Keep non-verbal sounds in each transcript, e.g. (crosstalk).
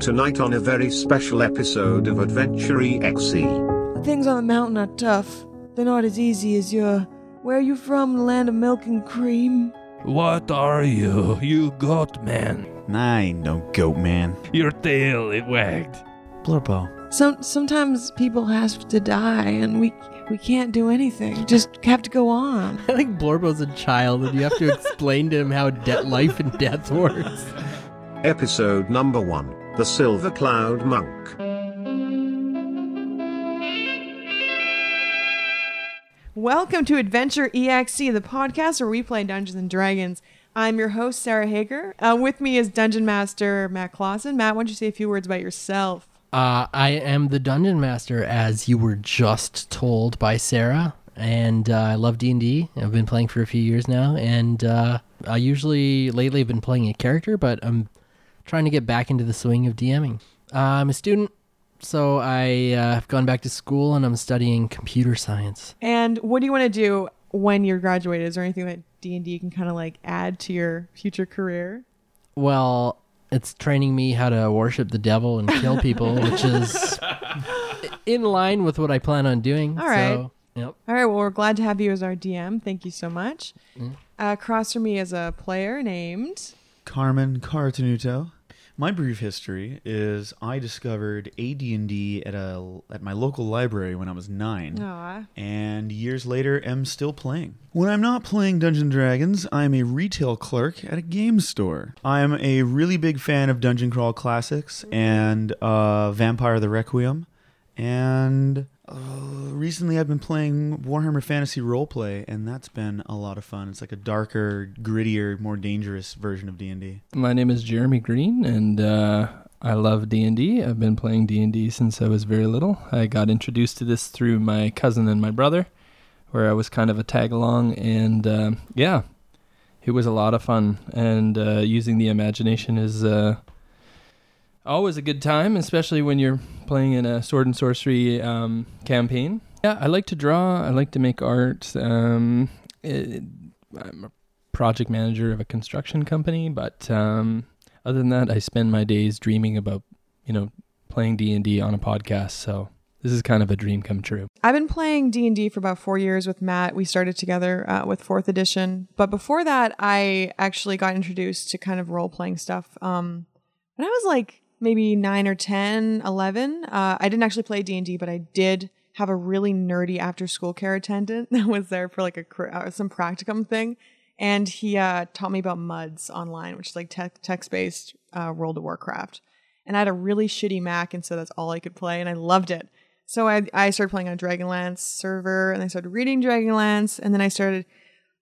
Tonight on a very special episode of Adventure E EXE. Things on the mountain are tough. They're not as easy as your. Where are you from? The land of milk and cream? What are you? You goat man. Nah, ain't no goat man. Your tail, it wagged. Blurpo. Some sometimes people have to die, and we we can't do anything. We just have to go on. (laughs) I think Blorbo's a child, and you have to explain to him how de- life and death works. Episode number 1 The Silver Cloud Monk. Welcome to Adventure EXE, the podcast where we play Dungeons and Dragons. I'm your host Sarah Hager. Uh, with me is Dungeon Master Matt Clausen. Matt, why don't you say a few words about yourself? Uh, I am the dungeon master, as you were just told by Sarah, and uh, I love D and D. I've been playing for a few years now, and uh, I usually lately have been playing a character, but I'm trying to get back into the swing of DMing. Uh, I'm a student, so I uh, have gone back to school, and I'm studying computer science. And what do you want to do when you're graduated? Is there anything that D and D can kind of like add to your future career? Well, it's training me how to worship the devil and kill people, which is in line with what I plan on doing. All right. So, yep. All right. Well, we're glad to have you as our DM. Thank you so much. Uh, across from me is a player named. Carmen Cartenuto. My brief history is I discovered AD&D at a at my local library when I was Oh, 9. Aw. And years later am still playing. When I'm not playing Dungeon Dragons, I am a retail clerk at a game store. I am a really big fan of Dungeon Crawl classics and uh, Vampire the Requiem and uh, recently I've been playing Warhammer Fantasy Roleplay, and that's been a lot of fun. It's like a darker, grittier, more dangerous version of D and D. My name is Jeremy Green, and uh, I love D and D. I've been playing D and D since I was very little. I got introduced to this through my cousin and my brother, where I was kind of a tag along, and uh, yeah, it was a lot of fun. And uh, using the imagination is uh, always a good time, especially when you're playing in a sword and sorcery um, campaign. Yeah, I like to draw. I like to make art. Um, it, I'm a project manager of a construction company, but um, other than that, I spend my days dreaming about you know playing D and D on a podcast. So this is kind of a dream come true. I've been playing D and D for about four years with Matt. We started together uh, with Fourth Edition, but before that, I actually got introduced to kind of role playing stuff. Um, when I was like maybe nine or 10, 11, uh, I didn't actually play D and D, but I did have a really nerdy after school care attendant (laughs) that was there for like a cr- uh, some practicum thing, and he uh, taught me about MUDs online, which is like tech text based uh, World of Warcraft. And I had a really shitty Mac, and so that's all I could play, and I loved it. So I, I started playing on Dragonlance server, and I started reading Dragonlance, and then I started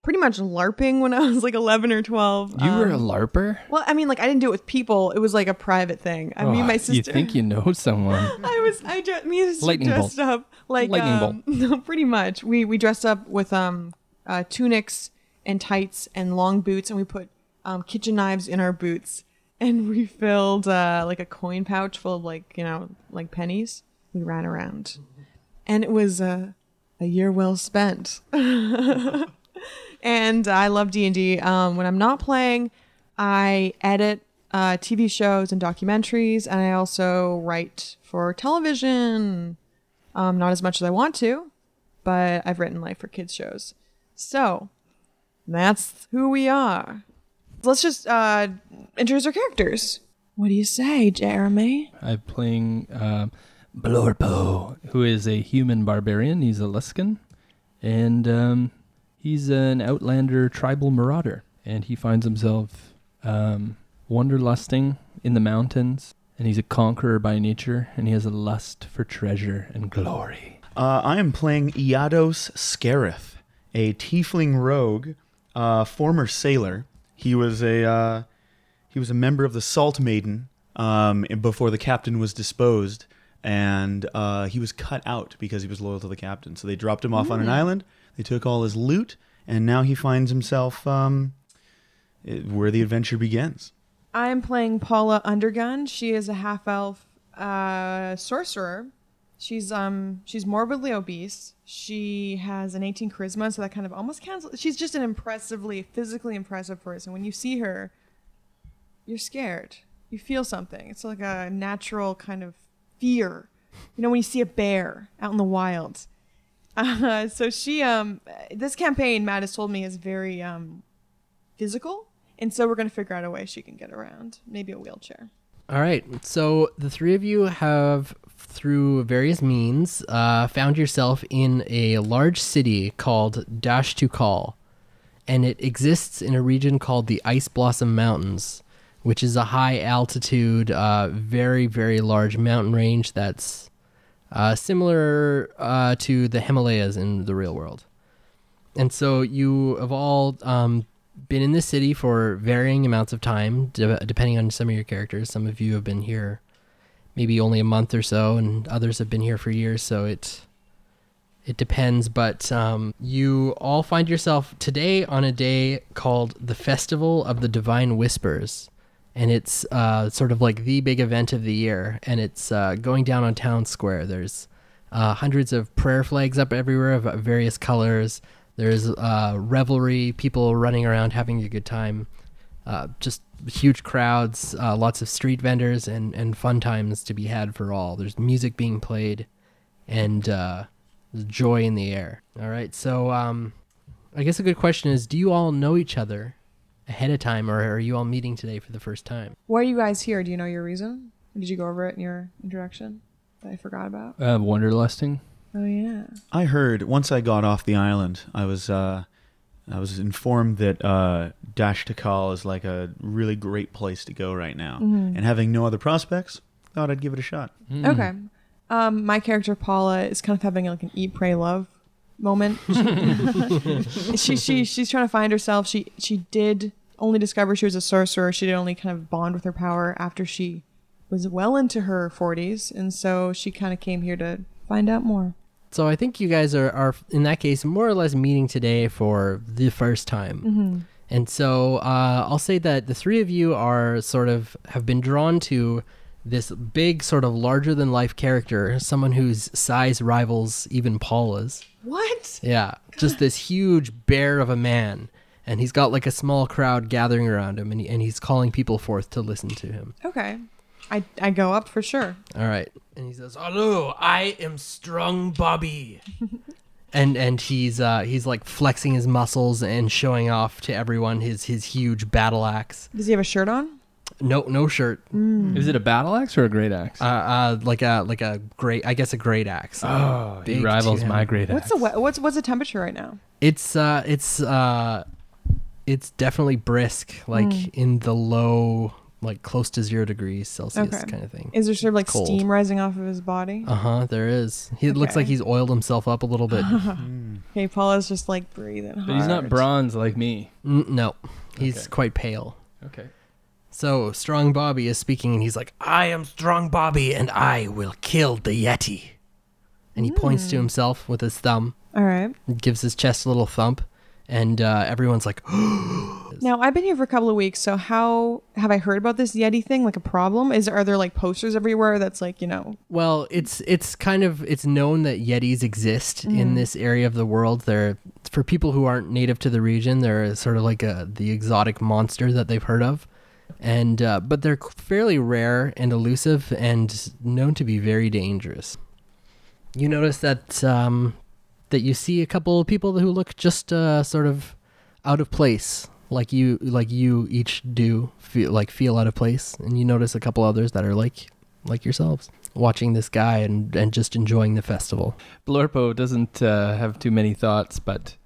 pretty much LARPing when I was like 11 or 12. You were a Um, larper. well, I mean, like I didn't do it with people. It was like a private thing. I mean, Oh, my sister. You think you know someone? (laughs) I was I dre- me and my sister Lightning dressed up like um, Lightning (laughs) no, pretty much. We we dressed up with um uh, tunics and tights and long boots, and we put um, kitchen knives in our boots, and we filled uh, like a coin pouch full of like you know like pennies. We ran around, and it was uh, a year well spent. (laughs) and I love D and D. Um, when I'm not playing, I edit uh, TV shows and documentaries, and I also write for television. Um, not as much as I want to, but I've written like for kids shows. So that's who we are. Let's just uh, introduce our characters. What do you say, Jeremy? I'm playing um, Blorpo, who is a human barbarian. He's a Luskin, and um, he's an outlander tribal marauder. And he finds himself um, wanderlusting in the mountains. And he's a conqueror by nature, and he has a lust for treasure and glory. Uh, I am playing Iados Scarith, a tiefling rogue, uh, former sailor. He was a uh, he was a member of the Salt Maiden um, before the captain was disposed, and uh, he was cut out because he was loyal to the captain. So they dropped him off on an island. They took all his loot, and now he finds himself um, eh, where the adventure begins. I'm playing Paula Undergun. She is a half elf uh, sorcerer. She's um she's morbidly obese. She has an 18 charisma, so that kind of almost cancels. She's just an impressively physically impressive person. When you see her, you're scared. You feel something. It's like a natural kind of fear. You know, when you see a bear out in the wild. (laughs) Uh, so she, um, this campaign, Matt has told me, is very um, physical. And so we're going to figure out a way she can get around. Maybe a wheelchair. All right. So the three of you have, through various means, uh, found yourself in a large city called Dash to Call. And it exists in a region called the Ice Blossom Mountains, which is a high altitude, uh, very, very large mountain range that's uh, similar uh, to the Himalayas in the real world. And so you have all um, been in this city for varying amounts of time, de- depending on some of your characters. Some of you have been here maybe only a month or so, and others have been here for years. So it it depends. But um, you all find yourself today on a day called the Festival of the Divine Whispers. And it's uh, sort of like the big event of the year, and it's uh, going down on town square. There's uh, hundreds of prayer flags up everywhere of various colors. There's uh, revelry, people running around having a good time, uh, just huge crowds, uh, lots of street vendors, and, and fun times to be had for all. There's music being played, and uh, there's joy in the air. All right, so um, I guess a good question is do you all know each other ahead of time, or are you all meeting today for the first time? Why are you guys here? Do you know your reason? Or did you go over it in your introduction that I forgot about? Uh, wanderlusting. Oh, yeah. I heard once I got off the island, I was uh, I was informed that uh, Dash Takal is like a really great place to go right now. And having no other prospects, thought I'd give it a shot. Okay. Um, my character Paula is kind of having like an eat, pray, love moment. (laughs) she she she's trying to find herself. She she did only discover she was a sorcerer. She did only kind of bond with her power after she was well into her forties, and so she kind of came here to find out more. So I think you guys are, are in that case more or less meeting today for the first time. And so uh, I'll say that the three of you are sort of have been drawn to this big sort of larger than life character, someone whose size rivals even Paula's. What? Yeah, just this huge bear of a man. And he's got like a small crowd gathering around him and, he, and he's calling people forth to listen to him. Okay. I I go up for sure. All right. And he says, "Hello, I am Strong Bobby." and and he's uh he's like flexing his muscles and showing off to everyone his his huge battle axe. Does he have a shirt on? No no shirt. Hmm. Is it a battle axe or a great axe? Uh, uh like a like a great I guess a great axe. oh, he big rivals too. my great What's axe. the we- what's what's the temperature right now? It's uh it's uh it's definitely brisk like Mm. in the low like close to 0 degrees Celsius Okay. kind of thing. Is there sort of like Cold. steam rising off of his body? uh-huh, there is. He looks Okay. like he's oiled himself up a (laughs) little bit. Okay, Paula's just like breathing hard. But he's not bronze like me. N- no. He's Okay. quite pale. Okay. So Strong Bobby is speaking, and he's like, "I am Strong Bobby, and I will kill the Yeti." And he points Hmm. to himself with his thumb, All right. and gives his chest a little thump, and uh, everyone's like, Now I've been here for a couple of weeks, so how have I heard about this Yeti thing? Like a problem? Is are there like posters everywhere that's like you know? "Well, it's it's kind of it's known that Yetis exist in this area of the world. They're for people who aren't native to the region. They're sort of like a the exotic monster that they've heard of." And uh, but they're fairly rare and elusive, and known to be very dangerous. you notice that um, that you see a couple of people who look just uh, sort of out of place, like you like you each do feel like feel out of place, and you notice a couple others that are like like yourselves watching this guy and and just enjoying the festival. Blorpo doesn't uh, have too many thoughts, but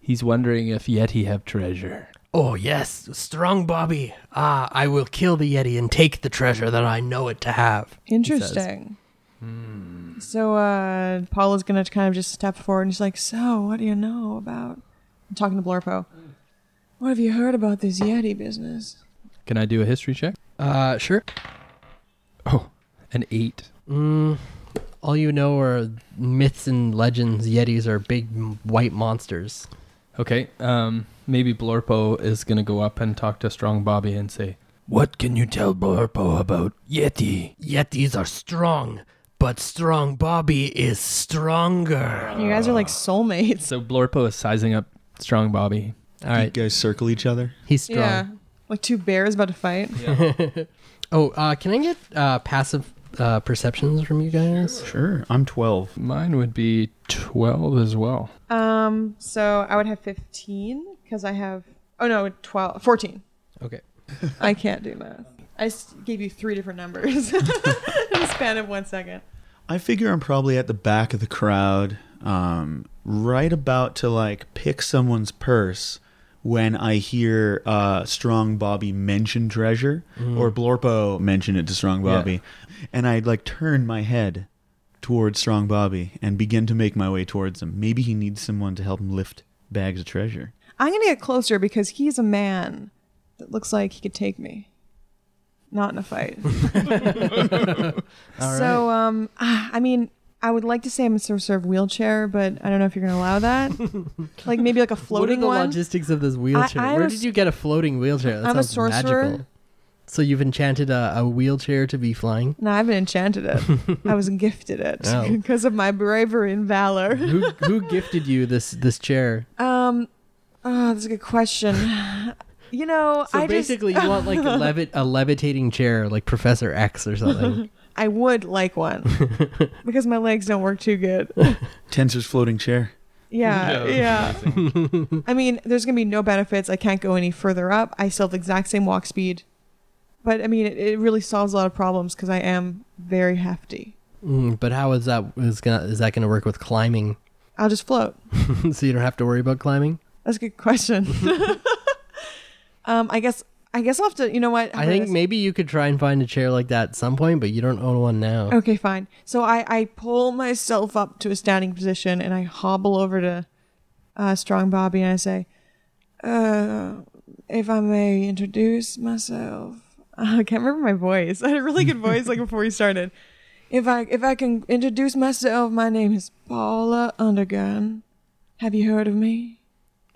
he's wondering if Yeti have treasure. Oh yes, strong Bobby. Ah, I will kill the yeti and take the treasure that I know it to have. Interesting. Hmm. So uh, Paula's gonna kind of just step forward and she's like, "So what do you know about?" I'm talking to Blorpo. What have you heard about this Yeti business? Can I do a history check? Uh, sure. Oh, an eight. All you know are myths and legends. Yetis are big m- white monsters. Okay. Um, maybe Blorpo is gonna go up and talk to Strong Bobby and say, "What can you tell Blorpo about Yeti?" Yetis are strong, but strong Bobby is stronger. You guys are Ah. like soulmates. So Blorpo is sizing up Strong Bobby. All right, You guys circle each other. he's strong. Yeah, like two bears about to fight. Oh, uh, can I get uh, passive uh, perceptions from you guys? Sure, I'm 12. Mine would be 12 as well. Um, so I would have 15 because I have, oh no, 12, 14. Okay. I can't do math. I just gave you three different numbers (laughs) in the span of one second. I figure I'm probably at the back of the crowd, um, right about to like pick someone's purse when I hear uh, Strong Bobby mention treasure or Blorpo mention it to Strong Bobby. And I like turn my head towards Strong Bobby and begin to make my way towards him. Maybe he needs someone to help him lift bags of treasure. I'm going to get closer because he's a man that looks like he could take me. Not in a fight. so, um, ah, I mean, I would like to say I'm in some sort of wheelchair, but I don't know if you're going to allow that. like maybe like a floating what are the one. logistics of this wheelchair? I Where was- did you get a floating wheelchair? That I'm a sounds sorcerer. magical. So you've enchanted a, a wheelchair to be flying. no, I haven't enchanted (laughs) it. I was gifted it (laughs) Oh. because of my bravery and valor. Who (laughs) who gifted you this this chair? Um, oh, that's a good (laughs) question. You know, So I basically, just, you want like (laughs) a, levi- a levitating chair, like Professor X (laughs) or something. I would like (laughs) one because my legs don't work too good. Tensor's floating chair. Yeah, yeah. I mean, there's gonna be no benefits. I can't go any further up. I still have the exact same walk speed, but I mean, it, it really solves a lot of problems because I am very hefty. Mm, but how is that is gonna is that gonna work with climbing? (laughs) I'll just float. so you don't have to worry about climbing. That's a good question. um, I guess I guess I'll have to. You know what? I think This- maybe you could try and find a chair like that at some point, but you don't own one now. Okay, fine. So I, I pull myself up to a standing position and I hobble over to uh, Strong Bobby and I say, uh, if I may introduce myself. (laughs) I can't remember my voice. I had a really good voice like before we started. If I if I can introduce myself, my name is Paula Undergun. Have you heard of me?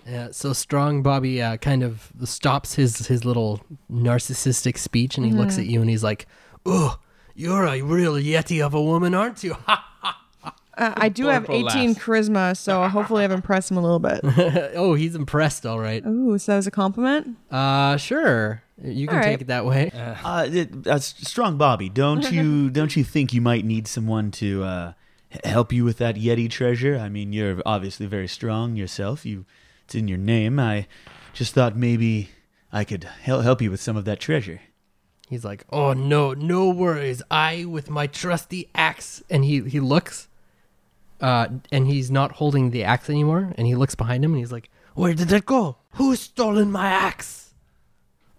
Yeah, so strong Bobby uh, kind of stops his his little narcissistic speech and he Mm-hmm. looks at you and he's like, "Oh, you're a real yeti of a woman, aren't you?" (laughs) Uh, I do have 18 charisma, so (laughs) hopefully I've impressed him a little bit. oh, he's impressed, all right. Ooh, so that was a compliment. Uh, sure, you can All right. take it that way. Uh, it- uh, strong Bobby, (laughs) don't you don't you think you might need someone to uh, h- help you with that Yeti treasure? I mean, you're obviously very strong yourself. You, it's in your name. I just thought maybe I could hel- help you with some of that treasure. He's like, "Oh no, no worries. I with my trusty axe." And he he looks uh and he's not holding the axe anymore and he looks behind him and he's like, "Where did it go? Who's stolen my axe?"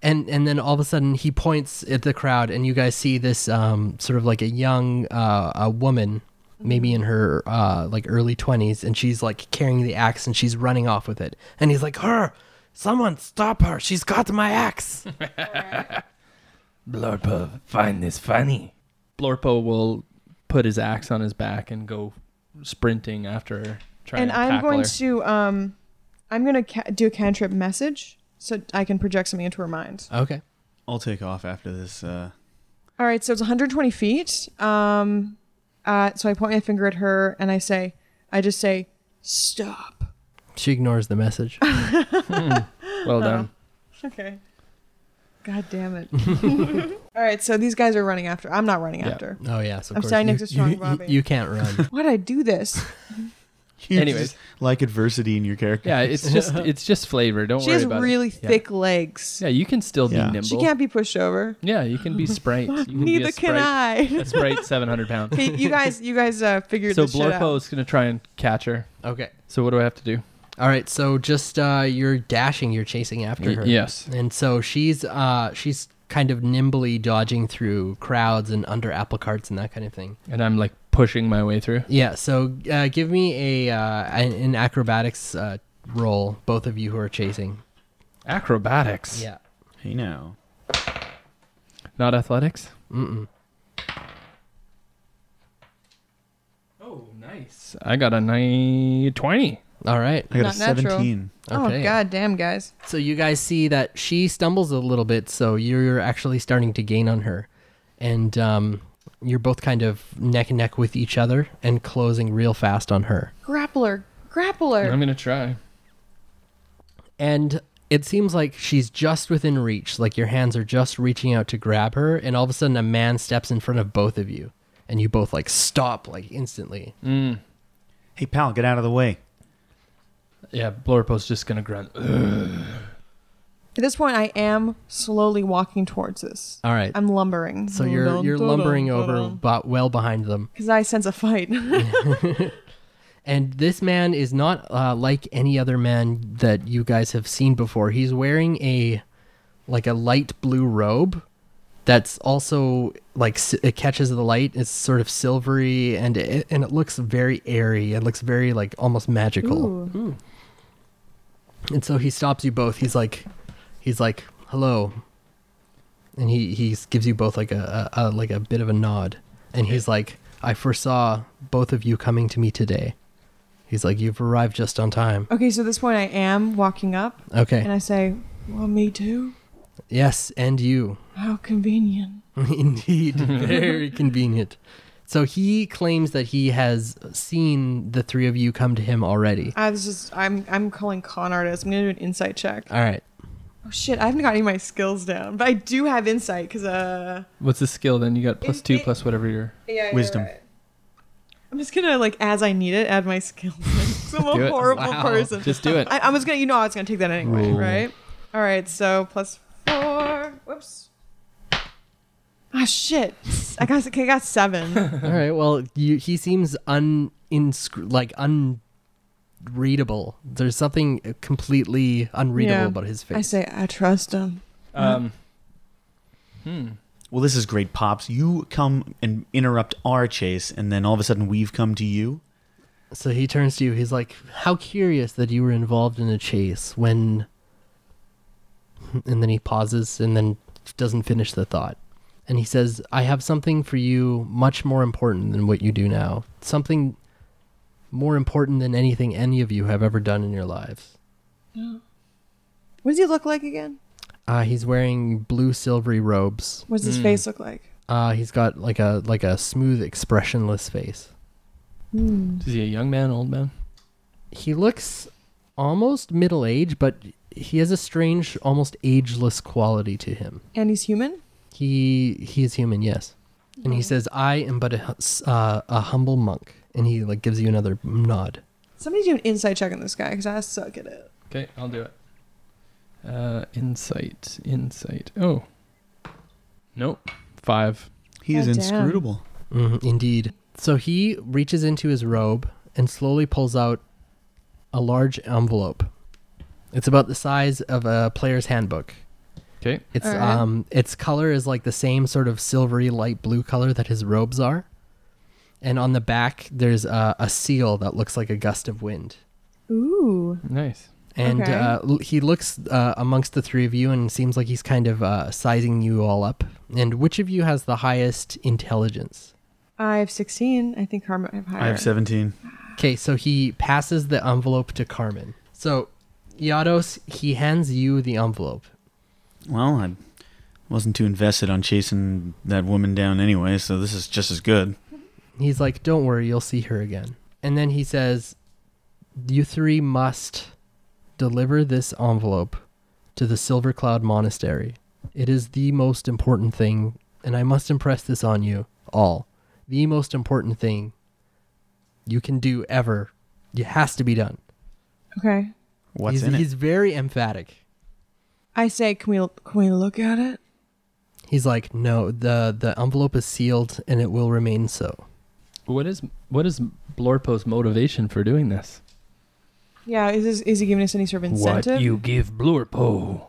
And and then all of a sudden he points at the crowd and you guys see this um sort of like a young uh a woman maybe in her uh like early 20s and she's like carrying the axe and she's running off with it. And he's like, "Her! Someone stop her. She's got my axe." Blorpa, find this funny. Blorpo will put his axe on his back and go sprinting after her. Try and and I'm tackle going her. to um, I'm going to ca- do a cantrip message so I can project something into her mind. Okay. I'll take off after this. Uh, (laughs) All right, so it's 120 feet. Um, uh, so I point my finger at her and I say, I just say, stop. She ignores (laughs) the message. Well done. Okay. God damn it. (laughs) All right, so these guys are running after. I'm not running Yeah. after. Oh yeah, so of I'm course standing you- next to strong you, you- Bobby. You, can't (laughs) run. Why'd I do this? you Anyways. just like adversity in your character. Yeah, it's just it's just flavor. Don't she worry has about really Yeah. thick legs. it. Yeah, you can still Yeah. be nimble. She can't be pushed over. Yeah, you can be (laughs) sprite. You can be Neither a can sprite. I. A sprite, seven (laughs) hundred pounds. Okay, you guys, you guys uh, figured so this shit out. Blorpo's gonna try and catch her. okay. So what do I have to do? All right. So just uh, you're dashing. You're chasing after her. Yes. And so she's uh, she's kind of nimbly dodging through crowds and under apple carts and that kind of thing. And I'm like pushing my way through. Yeah. So uh, give me a uh, an, an acrobatics uh, roll, both of you who are chasing. Acrobatics. Yeah. Hey now. Not athletics. Mm-mm. Oh, nice. I got a nine twenty. All right. I got Not a natural. 17. Okay. Oh god damn, guys. So you guys see that she stumbles a little bit, so you're actually starting to gain on her, and um, you're both kind of neck and neck with each other and closing real fast on her. Grappler, grappler. I'm gonna try. And it seems like she's just within reach, like your hands are just reaching out to grab her, and all of a sudden a man steps in front of both of you, and you both like stop like instantly. Hey, pal, get out of the way. Yeah, Blorpo's just gonna grunt. At this point, I am slowly walking towards this. All right. I'm lumbering. so you're you're lumbering over bo- well behind them. because I sense a fight. And this man is not uh, like any other man that you guys have seen before. He's wearing a like a light blue robe that's also like s- it catches the light. It's sort of silvery and it, and it looks very airy. It looks very like almost magical. Ooh. And so he stops you both. He's like he's like hello. And he he gives you both like a, a, a like a bit of a nod. And he's like I foresaw both of you coming to me today. He's like you've arrived just on time. (laughs) okay, so at this point, I am walking up, Okay. and I say, "Well, me too. Yes, and you. (laughs) How convenient." Indeed, very convenient. So he claims that he has seen the three of you come to him already. I was just, I'm, I'm calling con artist. I'm gonna do an insight check. All right. Oh shit, I haven't got any of my skills down, but I do have insight because uh, What's the skill then? You got plus It- two, it- plus whatever your. yeah, Wisdom. I'm just gonna like as I need it, add my skills. (laughs) in, 'cause I'm Do a it. horrible Wow. person. Just do it. I, I was gonna, you know, I was gonna take that anyway, Roll. right? All right, so plus four. Whoops. Ah shit! I got, I got seven. All right. Well, you, he seems un inscr- like unreadable. There's something completely unreadable Yeah. about his face. I say I trust him. Um, Well, this is great, Pops. You come and interrupt our chase, and then all of a sudden we've come to you. So he turns to you. He's like, "How curious that you were involved in a chase when." (laughs) And then he pauses and then doesn't finish the thought. And he says, "I have something for you much more important than what you do now. Something more important than anything any of you have ever done in your lives." What does he look like again? Uh, he's wearing blue silvery robes. What does his face look like? Uh, he's got like a like a smooth, expressionless face. (laughs) is he a young man, old man? he looks almost middle aged, but he has a strange, almost ageless quality to him. And he's human. He he is human, yes. And he says, "I am but a hu- uh, a humble monk," and he like gives you another nod. Somebody do an insight check on this guy because I suck at it. Okay, I'll do it. Uh, insight, insight. Oh, nope. Five. He Oh, is damn. inscrutable. Mhm, indeed. So he reaches into his robe and slowly pulls out a large envelope. It's about the size of a player's handbook. Okay. It's Alright. um its color is like the same sort of silvery light blue color that his robes are. And on the back there's a, a seal that looks like a gust of wind. Ooh. Nice. And Okay. uh, l- he looks uh, amongst the three of you and seems like he's kind of uh, sizing you all up. And which of you has the highest intelligence? I have sixteen. I think Harmon have higher. I have 17. Okay, so he passes the envelope to Carmen. So, Yados, he hands you the envelope. Well, I wasn't too invested on chasing that woman down anyway, so this is just as good. He's like, "Don't worry, you'll see her again." And then he says, "You three must deliver this envelope to the Silver Cloud Monastery. It is the most important thing, and I must impress this on you all. The most important thing you can do ever. It has to be done." Okay. What's he's, in it? he's very emphatic. I say, can we can we look at it? He's like, "No, the the envelope is sealed, and it will remain so." What is what is Blorpo's motivation for doing this? Yeah. Is this, is he giving us any sort of incentive? What you give Blurpo?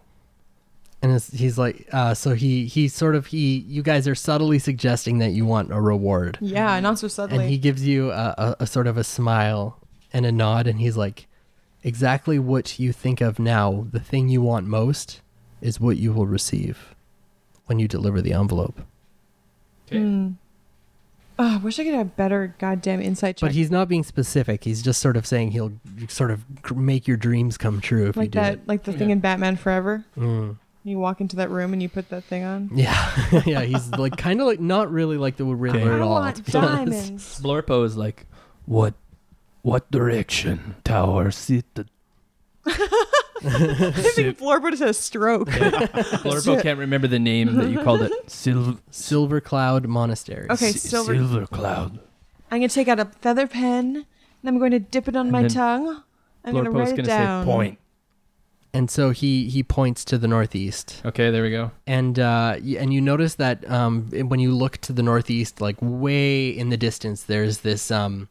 and it's, he's like uh, so he he sort of he you guys are subtly suggesting that you want a reward Yeah. Not so and subtly. he gives you a, a, a sort of a smile and a nod and he's like exactly what you think of now the thing you want most is what you will receive when you deliver the envelope Okay. (laughs) Ah, I wish I could have better goddamn insight check. but he's not being specific he's just sort of saying he'll sort of gr- make your dreams come true if you like do that, it like the thing in Batman Forever. You walk into that room and you put that thing on. yeah (laughs) yeah he's like kind of like not really like the riddler Okay. at (laughs) I all want to be honest. (laughs) diamonds. Blorpo is like, (laughs) What what direction, Tower? Sit the I (laughs) think Florbo just had a stroke. Lorpo can't remember the name that you called it. (laughs) Sil- Silver Cloud Monastery. Okay, si- silver. silver cloud. I'm gonna take out a feather pen, and I'm going to dip it on my then tongue. I'm gonna Lorpo's write it gonna say down. Point. And so he he points to the northeast, Okay, there we go. and uh, y- and you notice that um, when you look to the northeast, like way in the distance, there's this um,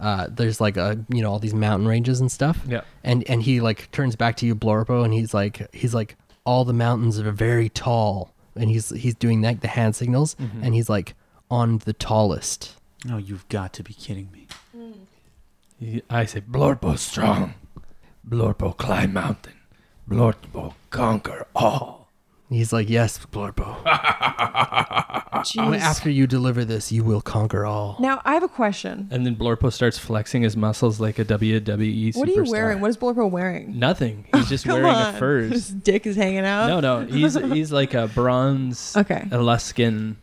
uh, there's like a you know all these mountain ranges and stuff. Yeah. And and he like turns back to you, Blorpo, and he's like he's like all the mountains are very tall, and he's he's doing like the hand signals, and he's like on the tallest. No, Oh, you've got to be kidding me. He- I say Blorpo strong. Blorpo climb mountain. Blorpo conquer all. He's like, yes, Blorpo. Jeez. After you deliver this, you will conquer all. Now I have a question. And then Blorpo starts flexing his muscles like a WWE What are you wearing? superstar. What is Blorpo wearing? (laughs) Nothing. He's just Come wearing on. a furs. His dick is hanging out. No, no. He's he's like a bronze Okay. Alaskan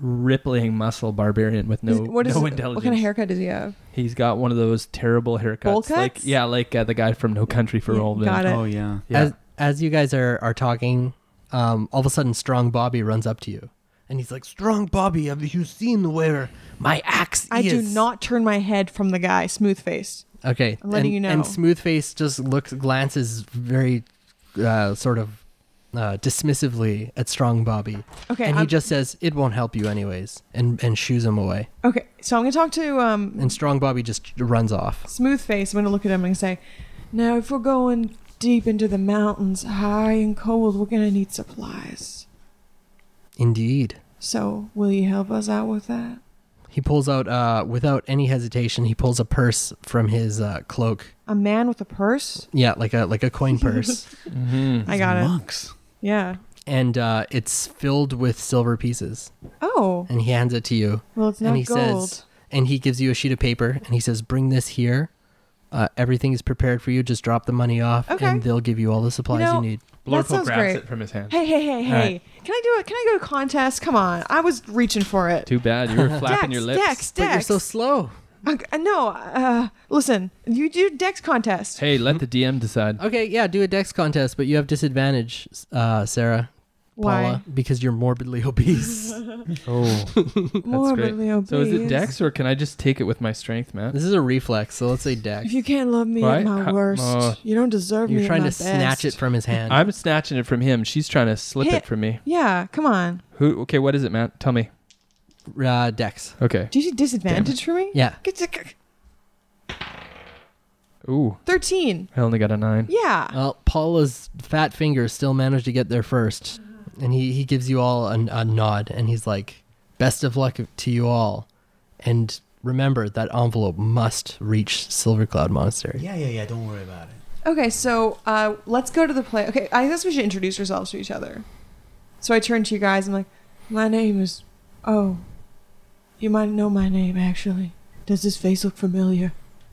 rippling muscle barbarian with no Is- what is no what intelligence. kind of haircut does he have? He's got one of those terrible haircuts. Bowl Like cuts? yeah, like uh, the guy from No Country for Old Men. Got it. Oh yeah. Yeah. As as you guys are are talking, um, all of a sudden, Strong Bobby runs up to you, and he's like, "Strong Bobby, have you seen where my axe I is?" do not turn my head from the guy, smooth faced. Okay, I'm letting and, you know. And Smoothface just looks, glances very, uh, sort of, uh, dismissively at Strong Bobby, Okay, and he I'm- just says, "It won't help you anyways," and and shoos him away. Okay, so I'm gonna talk to um And Strong Bobby just runs off. smooth face. I'm gonna look at him and say, "Now, if we're going deep into the mountains, high and cold, we're gonna need supplies. Indeed. So, will you help us out with that?" He pulls out, uh, without any hesitation, he pulls a purse from his uh, cloak. A man with a purse. Yeah, like a like (laughs) a coin purse, Mm-hmm. I got it. Monks. Yeah. and uh, it's filled with silver pieces. Oh, And he hands it to you, well, it's not and he gold. says, and he gives you a sheet of paper, and he says, "Bring this here. Uh, everything is prepared for you. Just drop the money off, Okay. and they'll give you all the supplies you, know- need." that Blorpo sounds grabs great. it from his hand. hey, hey, hey, hey! Can I do it? Can I go to contest? Come on, I was reaching for it. Too bad (laughs) you were flapping Dex, your lips. Dex, But you're Dex. so slow. Uh, no, uh, listen, you do Dex contest. Hey, let the DM (laughs) decide. Okay, yeah, do a dex contest, but you have disadvantage, uh, Sarah. Paula, because you're (laughs) morbidly (laughs) obese. Oh, that's great. Morbidly obese. So is it Dex or can I just take it with my strength, Matt? this is a reflex, so let's say dex. If you can't love me Why? at my How- worst, Oh. you don't deserve me. You're at trying my to snatch it best. from his hand. I'm snatching it from him. She's trying to slip Hit. it from me. Yeah, come on. Who? Okay, what is it, Matt? Tell me. uh, dex. Okay. Do you see disadvantage for me? Yeah. Get to- Ooh, Thirteen. I only got (laughs) a nine. Yeah. Well, Paula's fat fingers still managed to get there first, and he, he gives you all a, a nod, and he's like, "Best of luck to you all, and remember that envelope must reach Silver Cloud Monastery." Yeah, yeah, yeah. Don't worry about it. Okay, so uh, let's go to the play. Okay, I guess we should introduce ourselves to each other. So I turn to you guys. I'm like, my name is. Oh, you might know my name actually. Does this face look familiar? (laughs)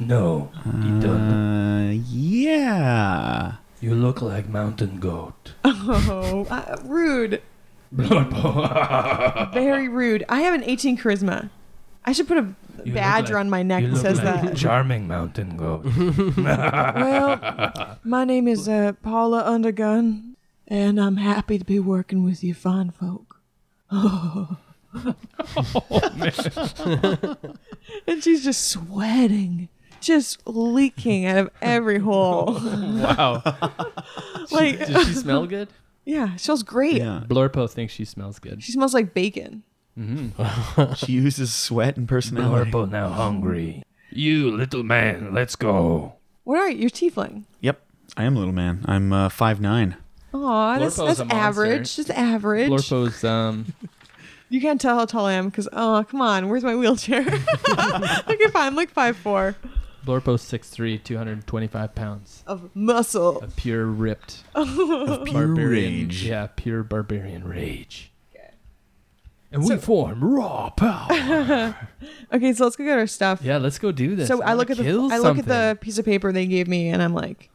No, you don't. Uh, yeah. You look like mountain goat. (laughs) Oh, uh, rude. Blorpo. Very rude. I have an 18 charisma. I should put a You look badger like- on my neck you that look says like that. charming (laughs) mountain goat. (laughs) well, my name is uh, Paula Undergun, and I'm happy to be working with you fine (laughs) folk. and she's just sweating, just leaking out of every hole. Wow. (laughs) like, Does she smell good? yeah, she smells great. Yeah. Blorpo thinks she smells good. Mm-hmm. She smells like bacon. she uses sweat and personality. Blorpo now hungry. You little man, let's go. What are you? You're tiefling. Yep. I am little man. I'm uh, five nine. Aw, that's, Blorpo's that's a monster. average. That's average. Blorpo's um. You can't tell how tall I am because, oh, come on, where's my wheelchair? (laughs) (laughs) okay, fine, I'm like five four Blorpo's 6'3", 225 pounds. of muscle. A pure ripped Of pure barbarian. rage. Yeah, pure barbarian rage. And we form raw power. Okay, so let's go get our stuff. (laughs) Yeah, let's go do this. so I wanna look at the kill I look at something. the piece of paper they gave me, and I'm like,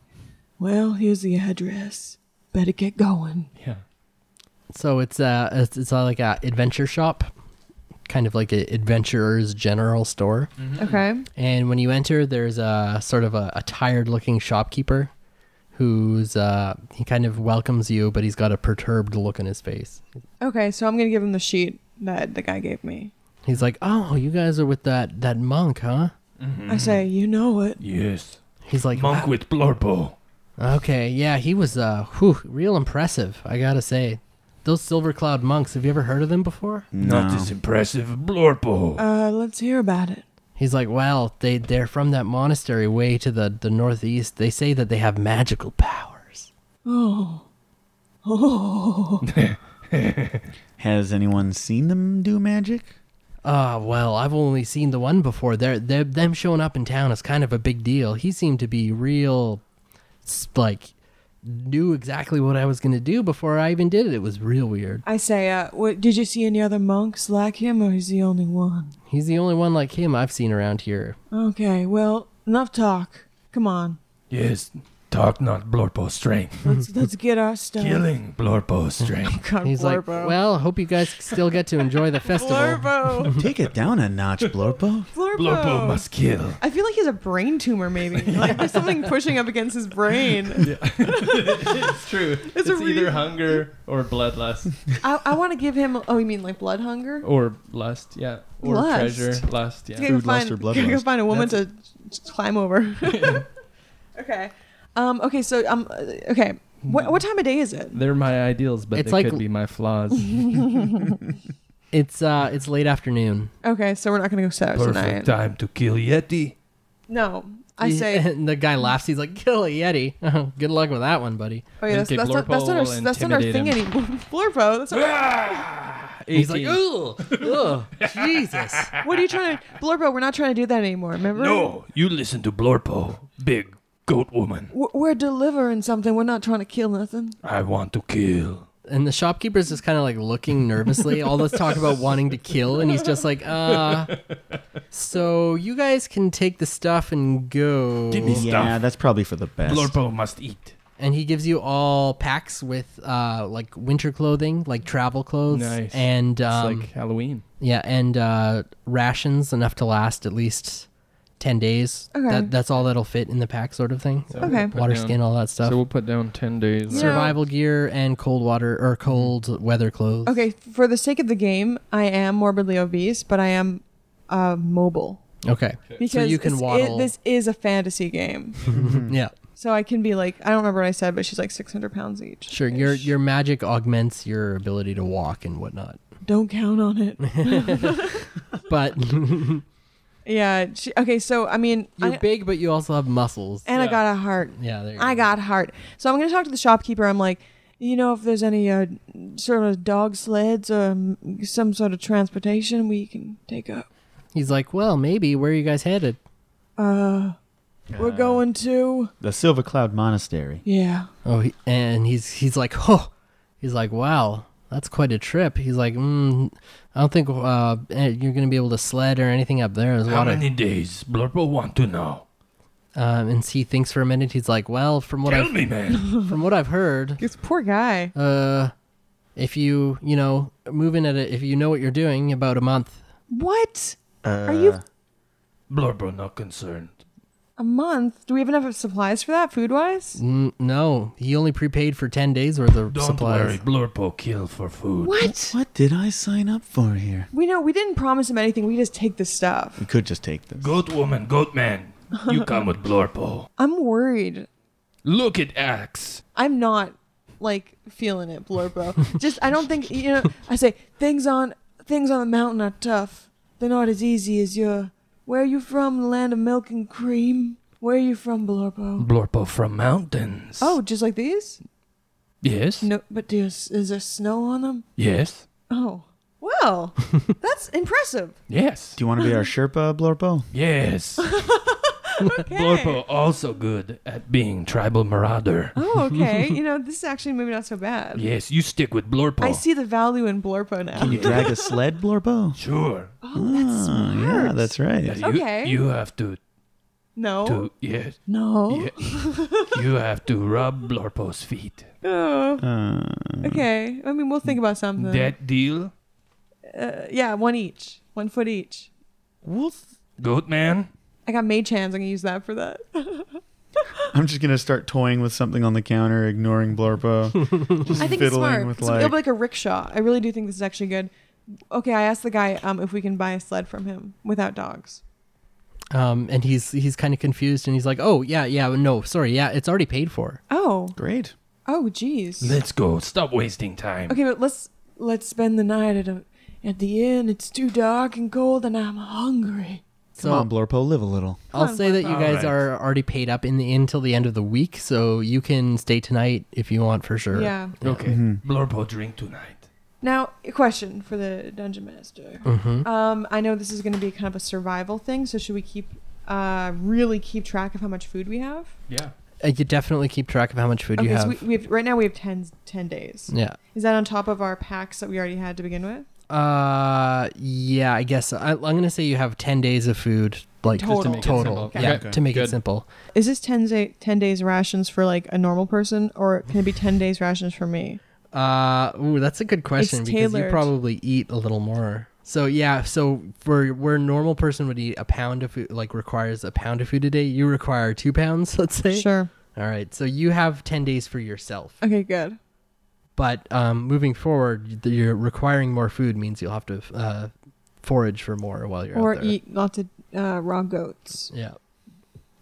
"Well, here's the address. Better get going." Yeah. So it's uh it's, it's uh, like a adventure shop kind of like an adventurer's general store. Okay. And when you enter, there's a sort of a, a tired looking shopkeeper who's, uh, he kind of welcomes you, but he's got a perturbed look on his face. Okay, so I'm gonna give him the sheet that the guy gave me. He's like, Oh, you guys are with that, that monk, huh? Mm-hmm. I say, you know it. Yes. He's like, Monk with Blorpo. Okay, yeah, he was, uh, whew, real impressive, I gotta say. Those Silver Cloud monks, have you ever heard of them before? Not as impressive Blorpo. Uh, let's hear about it. (laughs) He's like, well, they they're from that monastery way to the the northeast. They say that they have magical powers. Oh, oh. Has anyone seen them do magic? (laughs) Ah, well, I've only seen the one before. They're, they're them showing up in town is kind of a big deal. He seemed to be real, s- like, knew exactly what I was gonna do before I even did it. It was real weird. I say, uh, what, did you see any other monks like him, or he's the only one? He's the only one like him I've seen around here. Okay, well, enough talk. Come on, Yes. Talk not Blorpo strength. let's let's get our stuff. Killing (laughs) Blorpo strength. God, He's like, Blurbo. well, hope you guys still get to (laughs) enjoy the (laughs) festival. Blurbo, Take it down a notch, Blorpo. Blurbo. Blorpo must kill. I feel like he has a brain tumor, maybe. Like there's something pushing up against his brain. It's true. It's, a either re- hunger or bloodlust I, I want to give him. Oh, you mean like blood hunger? or lust, yeah, or Lust. treasure, lust, Gotta Oh, yeah. go Food lust find- or blood gotta go lust. find a woman to to climb over. (laughs) okay. Um, okay. So um. uh, Okay. What what time of day is it? They're my ideals, but It's they like- could be my flaws. It's uh, it's late afternoon. Okay, so we're not gonna go set out tonight. Perfect time to kill Yeti. No, I say. and (laughs) the guy laughs. He's like, "Kill a yeti." (laughs) Good luck with that one, buddy. Oh yeah, that's, Think that's, not, that's not our Blorpo will that's not our intimidate thing him. anymore. (laughs) Blurpo. That's not, He's like, 18. ooh, ooh, (laughs) Jesus. what are you trying to? Blurpo, we're not trying to do that anymore. Remember? No, you listen to Blorpo, big goat woman. We're, we're delivering something. We're not trying to kill nothing. I want to kill. And the shopkeeper's just kind of like looking nervously. All this talk about wanting to kill, and he's just like, uh. So you guys can take the stuff and go. Give me Yeah, stuff. that's probably for the best. Blorpo must eat. And he gives you all packs with uh like winter clothing, like travel clothes, Nice. and It's um, like Halloween. yeah, and uh, rations enough to last at least. 10 days. Okay. That, that's all that'll fit in the pack, sort of thing. So Okay. we'll put Water down- skin, all that stuff. So we'll put down ten days. Yeah. survival gear and cold water or Mm-hmm. cold weather clothes. Okay, for the sake of the game, I am morbidly obese, but I am uh, mobile Okay. because So you can this, i- waddle. this is a fantasy game. yeah. So I can be like, I don't remember what I said, but she's like 600 pounds each. Sure. Your your magic augments your ability to walk and whatnot. Don't count on (laughs) it. (laughs) But yeah. She, okay. So I mean, you're I- big, but you also have muscles. and I got a heart. yeah. There you I go. got heart. So I'm gonna talk to the shopkeeper. I'm like, you know, if there's any uh, sort of dog sleds or um, some sort of transportation we can take up. He's like, well, maybe. Where are you guys headed? Uh, we're going to The Silver Cloud Monastery. yeah. Oh, he, and he's he's like, oh, he's like, wow, that's quite a trip. He's like, mm, I don't think uh, eh, you're gonna be able to sled or anything up there. There's a How lot of. many days? Blorpo want to know. Um, and he thinks for a minute. He's like, well, from what Tell I me, man. from what I've heard, This poor guy. uh if you you know move in at it if you know what you're doing about a month What? Are Uh. you Blorpo not concerned. a month? Do we have enough supplies for that, food wise? N- no he only prepaid for 10 days worth of Don't worry, supplies Blorpo kill for food. What? What did I sign up for here? We know we didn't promise him anything. We just take the stuff. We could just take this. Goat woman, goat man, you come with Blorpo. I'm worried. Look at Axe. I'm not like feeling it, (laughs) Blurbo. Just I don't think you know. I say things on things on the mountain are tough. They're not as easy as your. Where are you from? The land of milk and cream. Where are you from, Blurbo? Blorpo from mountains. Oh, just like these? Yes. No, but there's is there snow on them? Yes. Oh, (laughs) well, that's impressive. Yes. Do you want to be our Sherpa, Blorpo? (laughs) Yes. (laughs) Blorpo also good at being tribal marauder. Oh, okay. you know, this is actually maybe not so bad. Yes, you stick with Blorpo. I see the value in Blurpo Can now. you drag a sled, (laughs) Blorpo? Sure. Oh, that's Oh, smart. yeah, that's right. You, Okay. Oh. You have to no, to yes. no. Yeah. you have to rub (laughs) Blorpo's feet. Oh, Uh, okay. I mean, we'll think about something. That deal uh, yeah, one each, one foot each. Goat man. I got mage hands. I'm gonna use that for that. I'm just gonna start toying with something on the counter, ignoring Blorpo. just I think it's fiddling smart. with It's like, it'll like, be like a rickshaw. I really do think this is actually good. Okay, I asked the guy um, if we can buy a sled from him without dogs. Um, and he's he's kind of confused, and he's like, "Oh yeah, yeah, no, sorry, yeah, it's already paid for." Oh, great. oh, jeez. Let's go. Stop wasting time. Okay, but let's let's spend the night at a at the inn. It's too dark and cold, and I'm hungry. So Come on, Blorpo, live a little. I'll on, say that you All guys right. are already paid up in the until the end of the week, so you can stay tonight if you want for sure. Yeah. Okay. Blorpo oh, drink tonight. Now, a question for the dungeon master. hmm Um, I know this is going to be kind of a survival thing, so should we keep uh really keep track of how much food we have? Yeah. Uh, you definitely keep track of how much food okay, you have. Mm. so we, we have right now we have 10, 10 days. yeah. Is that on top of our packs that we already had to begin with? Uh, yeah, I guess I, I'm gonna say you have ten days of food, like Just to make it total. simple. Okay. Yeah, Okay. to make it Good. simple. Is this 10, day, 10 days rations for like a normal person or can it be 10 days rations for me? Uh, ooh, that's a good question because you tailored. probably eat a little more. So yeah, so for where a normal person would eat a pound of food, like requires a pound of food a day, you require two pounds, (laughs) let's say. Sure. All right, so you have ten days for yourself, Okay, good. but um, moving forward, the- you're requiring more food means you'll have to uh, forage for more while you're or out there. eat lots of uh, raw (laughs) goats. (laughs) Yeah.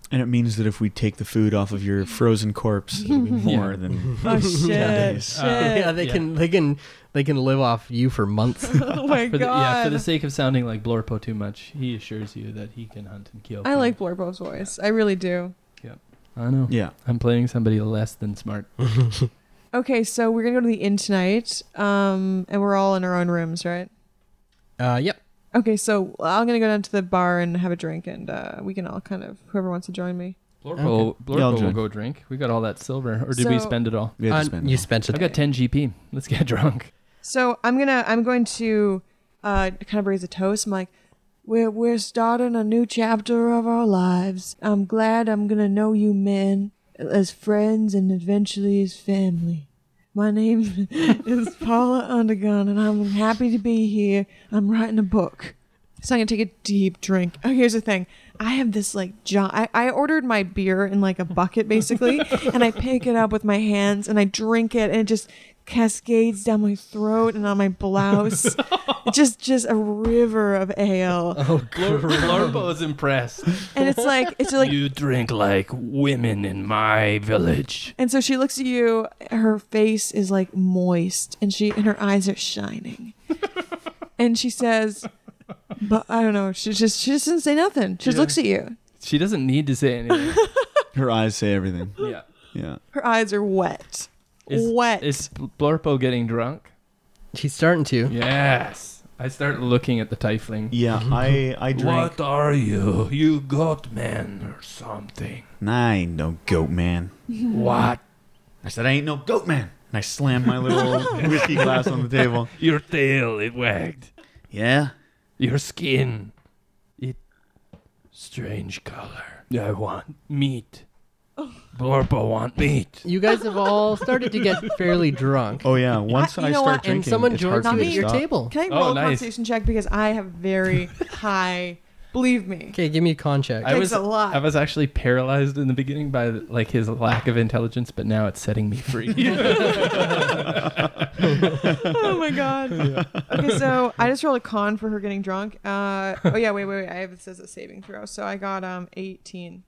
And it means that if we take the food off of your frozen corpse, it'll be more (laughs) than Oh Yeah. shit! days. shit! yeah, they yeah. can they can they can live off you for months. (laughs) oh my For the, yeah, god! for the sake of sounding like Blorpo too much, he assures you that he can hunt and kill. I like Blorbo's voice. I really do. I know. yeah. I'm playing somebody less than smart. Okay, so we're gonna go to the inn tonight, um, and we're all in our own rooms, right? uh, yep. Okay, so I'm gonna go down to the bar and have a drink, and uh, we can all kind of whoever wants to join me. Blorpo, Yeah, I'll Blorpo will join. go drink. We got all that silver, or did we So- spend it all? We had Uh, to spend. you it all. spent it. I got 10 GP. Let's get drunk. So I'm gonna I'm going to uh, kind of raise a toast. I'm like, we're we're starting a new chapter of our lives. I'm glad I'm gonna know you men as friends and eventually as family. My name (laughs) is Paula Undergun, and I'm happy to be here. I'm writing a book. So I'm gonna take a deep drink. Oh, here's the thing. I have this like John. I, I ordered my beer in like a bucket (laughs) basically, and I pick it up with my hands and I drink it, and it just cascades down my throat and on my blouse. (laughs) It's just just a river of ale, Oh, Blorpo is impressed. and it's like it's like. you drink like women in my village. and so she looks at you. Her face is like moist, and she and her eyes are (laughs) shining. and she says, "But I don't know." She just she just doesn't say nothing. She just Yeah. looks at you. She doesn't need to say anything. (laughs) Her eyes say everything. yeah. Yeah. Her eyes are wet. Is- wet. Is Blorpo getting drunk? He's starting to. Yes. I start looking at the tiefling. Yeah. I I drank What are you? You goat man or something. Nah, I ain't no goat man. Hmm. what? I said I ain't no goat man. And I slammed my (laughs) little whiskey glass on the table. Your tail, it wagged. Yeah. Your skin, it. Strange color. I want (laughs) meat. Blorpo want meat. You guys have all started (laughs) to get fairly drunk, Oh yeah. Once you I know start what? And drinking, and someone it's hard joins for you me at to your stop. table. Can I Oh, roll a nice. constitution check because I have very (laughs) high. Believe me, Okay, give me a con check. I takes was a lot. I was actually paralyzed in the beginning by like his lack of intelligence, but now it's setting me (laughs) free. oh my god. Okay, so I just rolled a con for her getting drunk. Uh, oh yeah, wait, wait, wait. I have it says a saving throw, so I got um 18.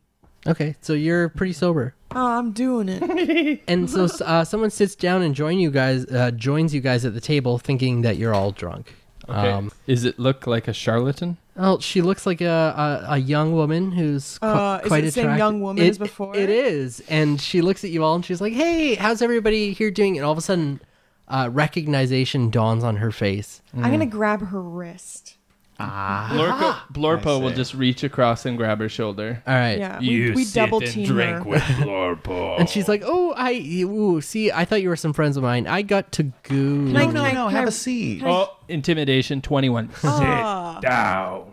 Okay, so you're pretty sober, Oh, I'm doing Mm. it. and so uh, someone sits down and join you guys, uh, joins you guys at the table, thinking that you're all drunk. okay. Um, Is it look like a charlatan? oh, she looks like a, a, a young woman who's qu- Uh, is it quite the same attractive. young woman It- as before? It is, and she looks at you all, and she's like, "Hey, how's everybody here doing?" And all of a sudden, uh, recognition dawns on her face. I'm gonna grab her wrist. Ah, Blorpo, Blorpo will see. just reach across and grab her shoulder. All right, Yeah, you we, we sit double and team drink her. (laughs) with Blorpo. And she's like, "Oh, I ooh, see, I thought you were some friends of mine. I got to go." I- No, no, Can no. can Have I- a seat. I- Oh, intimidation (laughs) 21. Ah. down.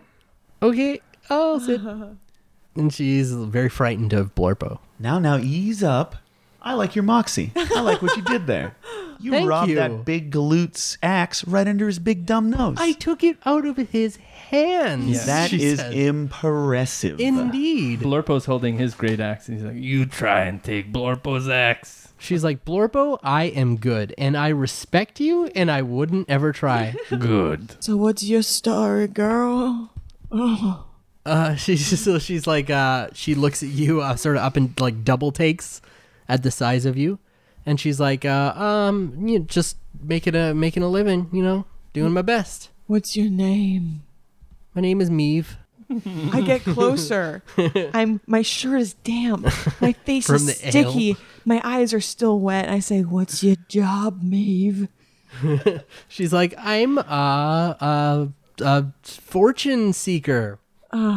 okay, (laughs) I'll sit. and she's very frightened of Blorpo. Now, now, ease up. I like your moxie. I like what you did (laughs) there. You Thank robbed you. that big galoot's axe right under his big dumb nose. I took it out of his hands. That she is says. impressive. (laughs) Indeed. Blorpo's holding his great axe, and he's like, "You try and take oh, Blorpo's axe." She's like, Blorpo, I am good, and I respect you, and I wouldn't ever (laughs) try. (laughs) Good. So what's your story, girl? uh, (laughs) she's just, so she's like, uh, she looks at you, uh, sort of up and like double takes at the size of you, and she's like, uh, um, you know, just making a making a living, you know, doing my best. What's your name? My name is Meave. I (laughs) get closer. I'm my shirt is damp. (laughs) My face From is the sticky. My eyes are still wet. I say, "What's your job, Maeve?" She's like, I'm uh, a, a fortune seeker. Uh-huh.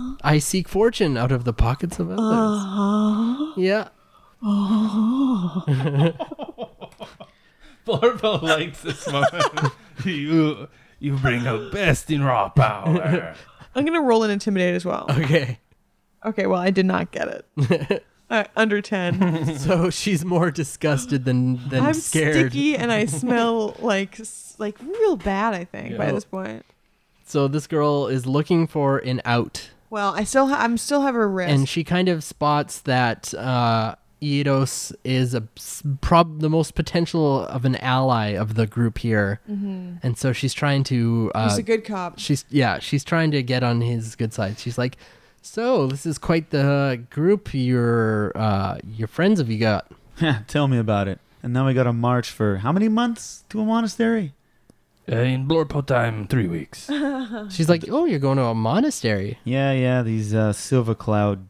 Uh huh. I seek fortune out of the pockets of others. Uh Uh-huh. huh. Yeah. Blorpo oh, likes this (laughs) moment. you you bring the best in raw (laughs) power. I'm gonna roll and intimidate as well. Okay. Okay, well, I did not get it. (laughs) Uh, under ten. So she's more disgusted than than I'm scared. sticky and I smell like s- like real bad. I think by this point. So this girl is looking for an out, Well, I still ha- I'm still have a wrist. and she kind of spots that uh, Eidos is a s- prob the most potential of an ally of the group here, and so she's trying to. Uh, He's Mm-hmm. a good cop. she's yeah she's trying to get on his good side she's like so this is quite the group your uh your friends have you got Tell me about it. And now we got to march for how many months to a monastery? Uh, in Blorpo time, (laughs) three weeks. she's like oh you're going to (laughs) a monastery Yeah, yeah, these uh, Silver Cloud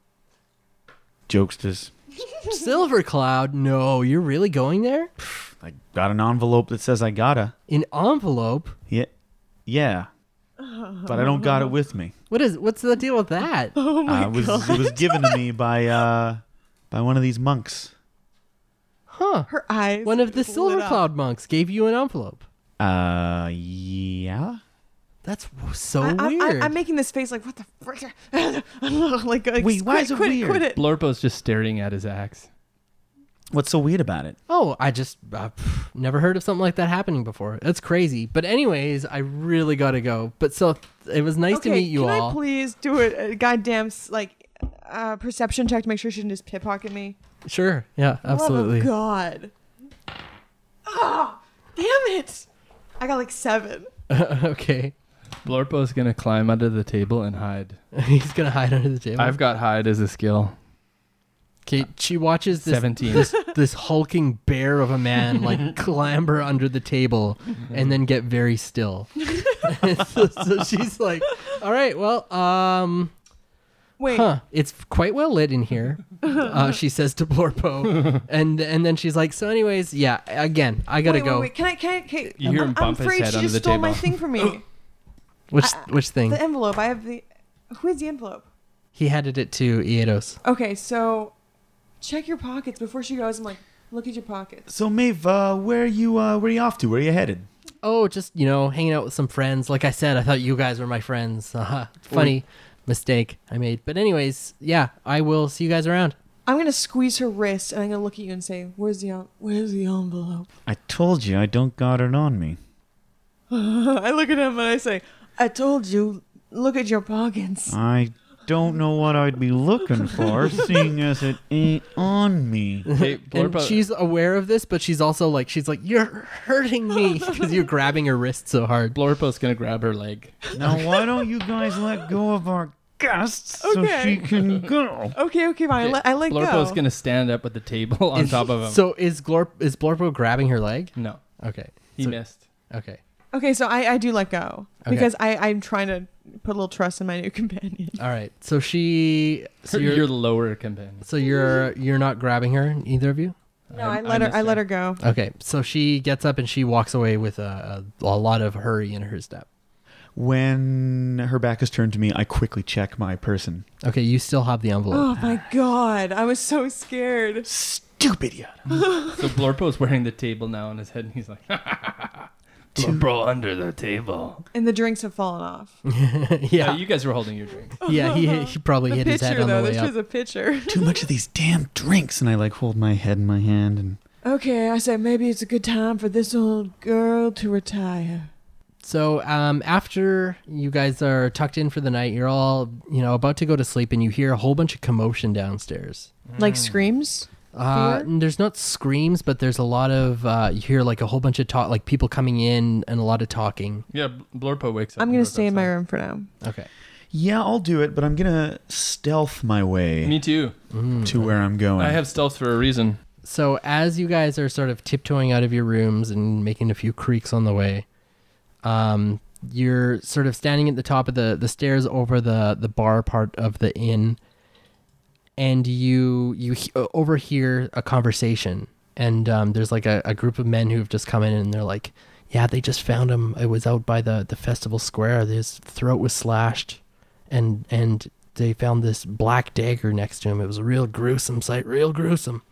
jokesters. silver cloud no you're really going there I got an envelope that says I gotta. in envelope Yeah. (laughs) Yeah. But I don't got it with me. what is what's the deal (laughs) with that (laughs) Oh my uh, it was, It was given to me (laughs) by uh, by one of these monks. huh Her eyes. one of the lit silver up. cloud monks gave you an envelope Uh, yeah. that's w- so I, I, weird I, I'm making this face like what the frick? (laughs) like, like Wait, why quit, is it quit, weird? Quit it. Blorpo's just staring at his axe. What's so weird about it? oh i just uh, pff, never heard of something like that happening before that's crazy but anyways i really gotta go but so it was nice to Okay, meet you can all I please do a, a goddamn s- like uh, perception check to make sure she didn't just pit pocket me? Sure. Yeah. Love Absolutely. of God. Ah, damn it! I got like seven. (laughs) okay. (laughs) Blorpo's gonna climb under the table and hide. He's gonna hide under the table. I've got hide as a skill. okay. She watches this Seventeen. this (laughs) this hulking bear of a (laughs) man like clamber under the table and then get very still. (laughs) so, so she's like, "All right, well, um, Wait, huh, it's quite well lit in here." (laughs) Uh, she says to Blorpo, and and then she's like, "So, anyways, yeah. Again, I gotta wait, go. wait, wait. Can I? Can I? Can, You hear him I'm, bump I'm his afraid head she under just the stole my table. thing from (laughs) me. Which which thing? Uh, the envelope. I have the. Who has the envelope? he handed it to Iedos. Okay, so check your pockets before she goes. I'm like, look at your pockets. So, Maeve, uh, where you uh, where you off to? Where you headed? oh, just you know, hanging out with some friends. Like I said, I thought you guys were my friends. (laughs) Uh-huh. Funny mistake I made. But anyways, yeah, I will see you guys around. I'm gonna squeeze her wrist and I'm gonna look at you and say, "Where's the en- Where's the envelope?" (laughs) I told you I don't got it on me. I look at him and I say, "I told you. Look at your pockets." I don't know what I'd be looking (laughs) for, seeing as it ain't on (laughs) me. (laughs) Hey, And Blorpo, she's aware of this, but she's also like, she's like, you're (laughs) hurting me because you're grabbing her wrist so hard. Blorpo's gonna grab her leg. Now, why don't you guys let go of our guests so Okay. she can (laughs) go? Okay, okay, fine. I let, I let Blorpo's go. gonna stand up with the (laughs) table on top of him. So is Glorp is Blorpo grabbing her leg? no, Okay. he So- missed. Okay. okay, so I, I do let go Okay. because I, I'm trying to put a little trust in my new (laughs) companion. All right. So she. So Her- your, you're. lower companion. so you're you're not grabbing her, either of you. No, I- I, I let her. I missed let her her. go. Okay, so she gets up and she walks away with a, a, a lot of hurry in her step. When her back is turned to me, I quickly check my person. Okay, you still have the envelope. Oh my god, I was so scared. Stupid Yada. (laughs) (laughs) So Blorpo's wearing the table now on his head, and he's like, two. Bro, under the table. And the drinks have fallen off. (laughs) yeah, Uh, you guys were holding your drink. yeah. He he probably The hit his head picture on though, the way this up. is a picture. Too much of these damn drinks, and I like hold my head in my hand and Okay, I said maybe it's a good time for this old girl to retire. So um, after you guys are tucked in for the night, you're all you know about to go to sleep, and you hear a whole bunch of commotion downstairs. Like screams? Uh, Fear? n- there's not screams, but there's a lot of uh, you hear like a whole bunch of talk, like people coming in and a lot of talking. Yeah, Blorpo wakes up. I'm and gonna goes stay in my outside. room for now. Okay. yeah, I'll do it, but I'm gonna stealth my way Me too. to where I'm going. I have stealth for a reason. So as you guys are sort of tiptoeing out of your rooms and making a few creaks on the way, um, you're sort of standing at the top of the, the stairs over the, the bar part of the inn, and you you he- uh, overhear a conversation. And um, there's like a, a group of men who've just come in and they're like, "Yeah, they just found him. It was out by the, the festival square. His throat was slashed, and and they found this black dagger next to him. It was a real gruesome sight. Real gruesome."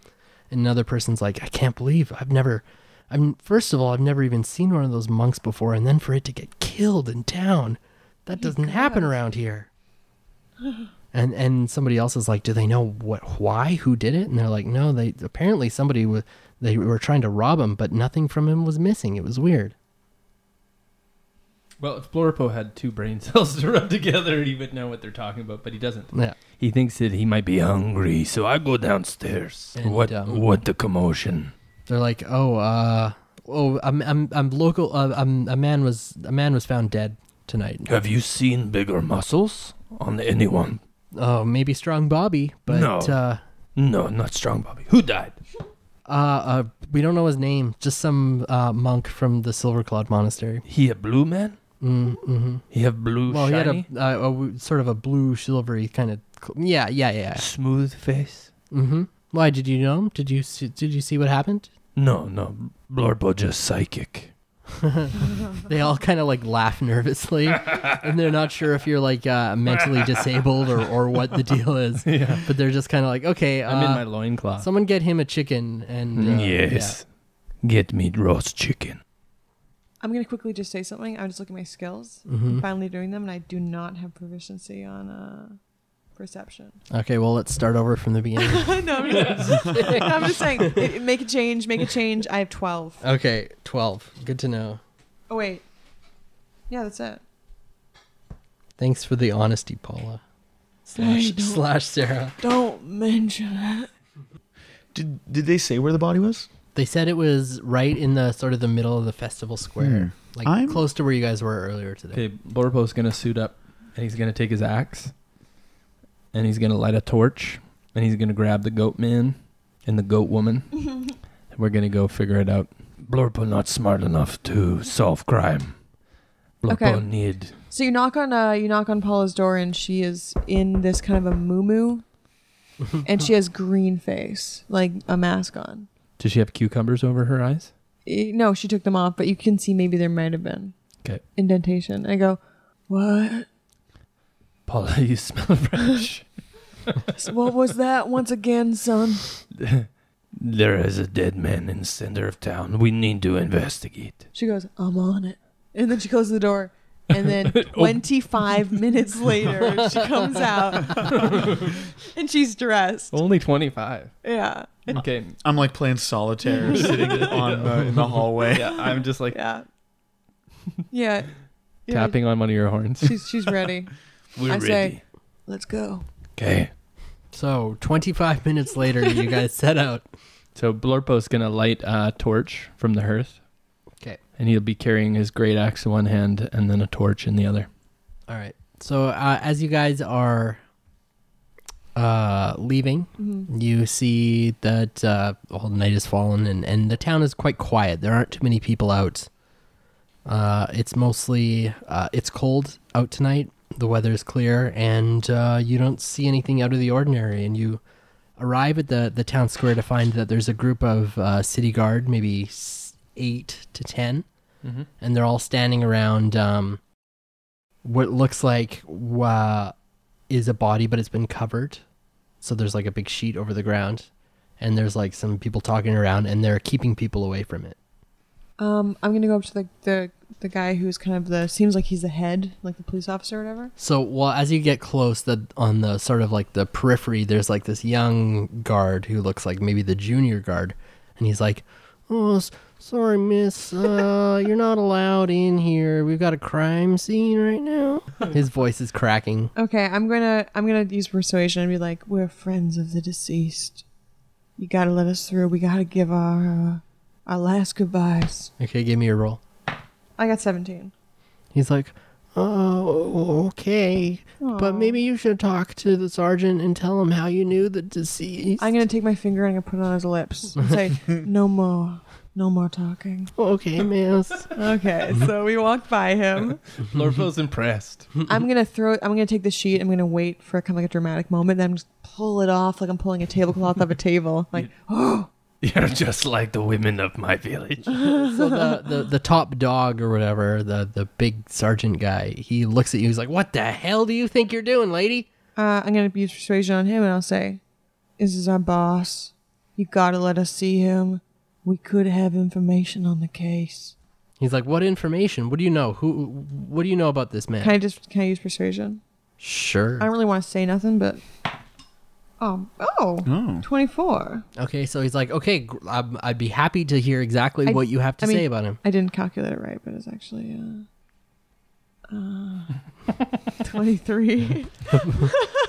and another person's like, I can't believe I've never, I'm first of all, I've never even seen one of those monks before, and then for it to get killed in town, that doesn't happen around here. And and somebody else is like, do they know what, why, who did it? And they're like, no, they apparently somebody was, they were trying to rob him, but nothing from him was missing. It was weird. Well, if Blorpo had two brain (laughs) cells to rub together, he would know what they're talking about, but he doesn't. Yeah. He thinks that he might be hungry, so I go downstairs. And, what um, what the commotion? They're like, oh, uh, oh, I'm, I'm, I'm local. Uh, I'm, a man was, a man was found dead tonight. Have you seen bigger muscles on anyone? Oh, maybe strong Bobby, but No. uh, No, not strong, Bobby. Who died? Uh, uh, we don't know his name. Just some uh, monk from the Silver Cloud Monastery. He a blue man? Mm, hmm He have blue Well, shiny, he had a, uh, a w- sort of a blue, silvery kind of. Cl- yeah, yeah, yeah. smooth face. Mm-hmm. Why did you know him? Did you see, did you see what happened? No, no, Blorpo just psychic. They all kind of like laugh (laughs) nervously, and they're not sure if you're like uh, mentally disabled or, or what the deal (laughs) is. Yeah. But they're just kind of like, okay, uh, I'm in my loincloth. someone get him a chicken and uh, yes, get me roast chicken. I'm gonna quickly just say something. I'm just looking at my skills. yeah. Mhm. Finally doing them, and I do not have proficiency on uh, perception. Okay, well let's start over from (laughs) the beginning. (laughs) no, I'm just, (laughs) I'm just saying, it- it- make a change, make a change. I have 12. okay, twelve. Good to know. Oh, wait. Yeah, that's it. Thanks for the honesty, Paula. Slash, don't- slash Sarah. Don't mention that. Did did they say where the body was? They said it was right in the sort of the middle of the festival square, like I'm- close to where you guys were earlier today. Okay, Blorpo's gonna suit up and he's gonna take his axe and he's gonna light a torch and he's gonna grab the goat man and the goat woman. and we're gonna go figure it out. Blorpo not smart enough to solve crime. Blorpo Okay. need (laughs) So you knock on uh, you knock on Paula's door, and she is in this kind of a muumuu, and she has green face, like a mask on. Does she have cucumbers over her eyes? Eh, No, she took them off, but you can see maybe there might have been Okay. indentation. I go, what? (laughs) Paula, you smell fresh. What was that once again, son? There is a dead man in the center of town. We need to investigate. She goes, I'm on it. And then she closes the door. And then 25 minutes later, she comes out and she's dressed. Only twenty (laughs) five. Yeah. Okay. I'm like playing (laughs) solitaire, sitting on the, in the hallway. Yeah, I'm just like Yeah. Yeah. yeah. tapping on one of your horns. She's, she's ready. We're I ready. say- Let's go. okay. So, 25 minutes later, you guys set out. So Blorpo's gonna light a torch from the hearth. Okay. And he'll be carrying his great axe in one hand and then a torch in the other. All right. So, uh, as you guys are uh, leaving, Mm-hmm. you see that uh, all the night has fallen and, and the town is quite quiet. There aren't too many people out. Uh, it's mostly uh, it's cold out tonight. The weather is clear, and uh, you don't see anything out of the ordinary. And you arrive at the the town square to find that there's a group of uh, city guard, maybe s- eight to 10 Mm-hmm. and they're all standing around um, what looks like uh, is a body, but it's been covered. So there's like a big sheet over the ground, and there's like some people talking around, and they're keeping people away from it. Um, I'm gonna go up to the, the the guy who's kind of the seems like he's the head, like the police officer or whatever. So, well, as you get close, the on the sort of like the periphery, there's like this young guard who looks like maybe the junior guard, and he's like, "Oh, s- sorry, miss, uh, you're not allowed in here. We've got a crime scene right now." His voice is cracking. Okay, I'm gonna I'm gonna use persuasion and be like, we're friends of the deceased. You gotta let us through. We gotta give our uh, our last goodbyes. Okay, give me a roll. I got 17. He's like, "Oh, okay, Oh. but maybe you should talk to the sergeant and tell him how you knew the deceased." I'm gonna take my finger and I'm gonna put it on his lips and say, no more, no more talking. (laughs) (laughs) okay, miss. Okay, so we walked by him. Lorpo's impressed. I'm gonna throw. I'm gonna take the sheet. I'm gonna wait for kind of like a dramatic moment. Then I'm just pull it off like I'm pulling a tablecloth off a table. Like, oh, (laughs) You're just like the women of my village. so the, the the top dog or whatever, the the big sergeant guy, he looks at you. He's like, "What the hell do you think you're doing, lady?" uh, I'm gonna use persuasion on him, and I'll say, "This is our boss. You gotta let us see him. We could have information on the case." He's like, "What information? What do you know? Who? What do you know about this man?" Can I just can I use persuasion? sure. I don't really want to say nothing, but oh, oh, 24. Okay, so he's like, "Okay, gr- I'd, I'd be happy to hear exactly I- what you have to I mean- say about him." I didn't calculate it right, but it's actually uh, (laughs) uh, 23.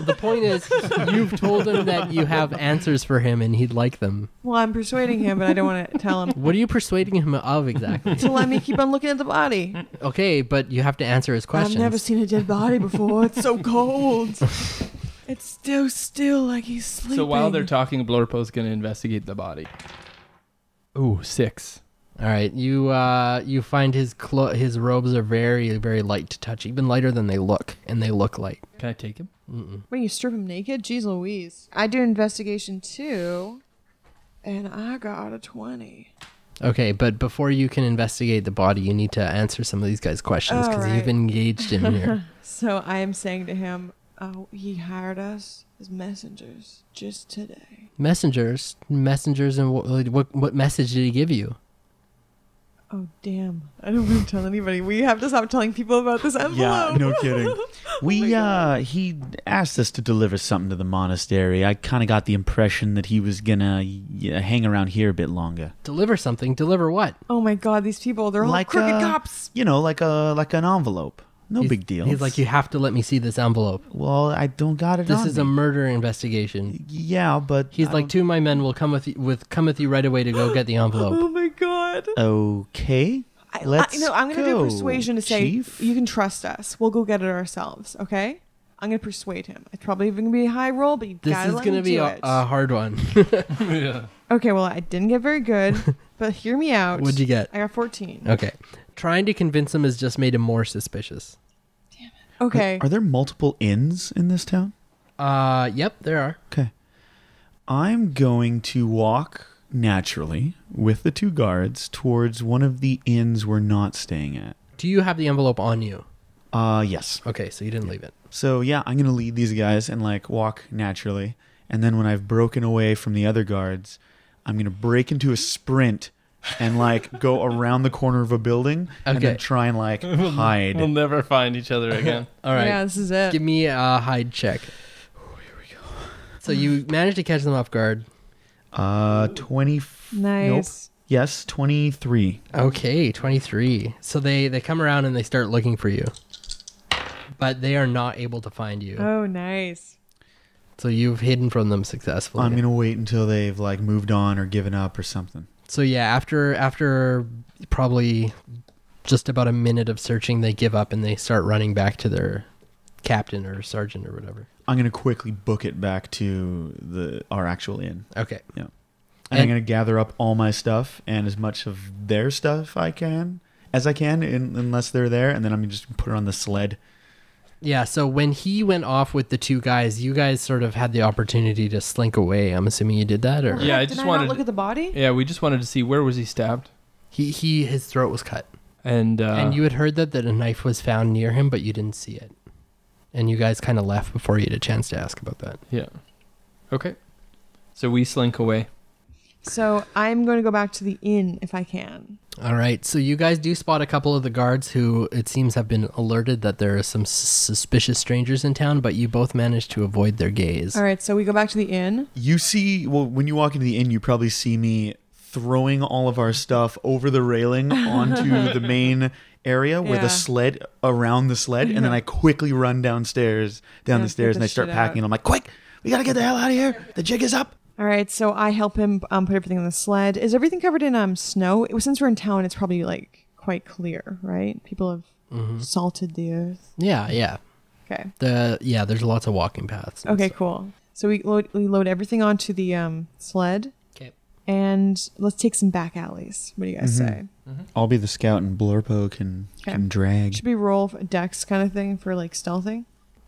The point is, you've told him that (laughs) you have answers for him, and he'd like them. well, I'm persuading him, but I don't want to tell him What are you persuading him of (laughs) exactly? to let me keep on looking at the body. okay, but you have to answer his questions. I've never seen a dead body before. It's so (laughs) cold. It's still still like he's sleeping. So while they're talking, Blorpo's gonna investigate the body. Ooh, six. All right, you uh, you find his clo- his robes are very very light to touch, even lighter than they look, and they look light. Can I take him? when you strip him naked, jeez Louise. I do investigation too, and I got a 20. Okay, but before you can investigate the body, you need to answer some of these guys' questions All because right. you've engaged him (laughs) here. So I am saying to him, oh, he hired us as messengers just today. messengers, messengers, and what, what what message did he give you? Oh damn! I don't want to tell anybody. We have to stop telling people about this envelope. Yeah, no (laughs) kidding. We uh he asked us to deliver something to the monastery. I kind of got the impression that he was gonna yeah, hang around here a bit longer. Deliver something. Deliver what? Oh my god, these people—they're all Like, crooked uh, cops. You know, like a like an envelope. No He's- big deal. He's like, you have to let me see this envelope. Well, I don't got it. This on is a me. murder investigation. yeah, but He's I like, two of my men will come with you, with come with you right away to go (gasps) get the envelope. Oh my god. don't- okay. I, Let's I, no, I'm gonna go, do persuasion to say Chief. you can trust us. We'll go get it ourselves. Okay. I'm gonna persuade him. It's probably even gonna be a high roll, but you This gotta is let gonna me be do a, uh, it. a hard one. (laughs) okay, well, I didn't get very good, but hear me out. What'd you get? I got 14. okay, trying to convince him has just made him more suspicious. Okay. Are there multiple inns in this town? Uh, yep, there are. Okay. I'm going to walk naturally with the two guards towards one of the inns we're not staying at. Do you have the envelope on you? Uh yes. Okay, so you didn't leave it. So yeah, I'm gonna lead these guys and like walk naturally. And then when I've broken away from the other guards, I'm gonna break into a sprint and (laughs) like go around the corner of a building and then Okay. try and like hide. We'll never find each (laughs) other again. All right. Yeah, this is it. Give me a hide check. here we go. So you managed to catch them off guard. Uh, twenty. f- nice. Nope. Yes, twenty-three. Okay, 23. So they they come around and they start looking for you. But they are not able to find you. Oh, nice. so you've hidden from them successfully. I'm gonna wait until they've like moved on or given up or something. so yeah, after after probably just about a minute of searching, they give up and they start running back to their captain or sergeant or whatever. I'm gonna quickly book it back to the our actual inn, Okay. and, I'm And- gonna gather up all my stuff and as much of their stuff I can as I can, in, unless they're there, and then I'm just gonna put it on the sled. Yeah, so when he went off with the two guys, you guys sort of had the opportunity to slink away. I'm assuming you did that or Yeah, I Did just not wanted- look at the body. Yeah, we just wanted to see where was he stabbed, He he his throat was cut. and uh, and you had heard that, that a knife was found near him, but you didn't see it. And you guys kind of left before you had a chance to ask about that. yeah, okay. So we slink away. (laughs) So I'm going to go back to the inn if I can. All right, so you guys do spot a couple of the guards who it seems have been alerted that there are some s- suspicious strangers in town, but you both manage to avoid their gaze. All right, so we go back to the inn. You see, well, when you walk into the inn, you probably see me throwing all of our stuff over the (laughs) railing onto the main area where Yeah. the sled around the sled, and then I quickly run downstairs, down Yeah, the stairs, get and I this start shit packing. out. I'm like, quick, we gotta get the hell out of here. The jig is up. All right, so I help him um, put everything on the sled. Is everything covered in um snow? It was, since we're in town, it's probably like quite clear, right? People have salted the earth. Yeah, yeah. Okay. The yeah, there's lots of walking paths. and Okay, stuff. cool. So we load, we load everything onto the um, sled, Okay. and let's take some back alleys. What do you guys say? I'll be the scout, and Blurpo can Okay. can drag. Should we roll for dex kind of thing for like stealthing?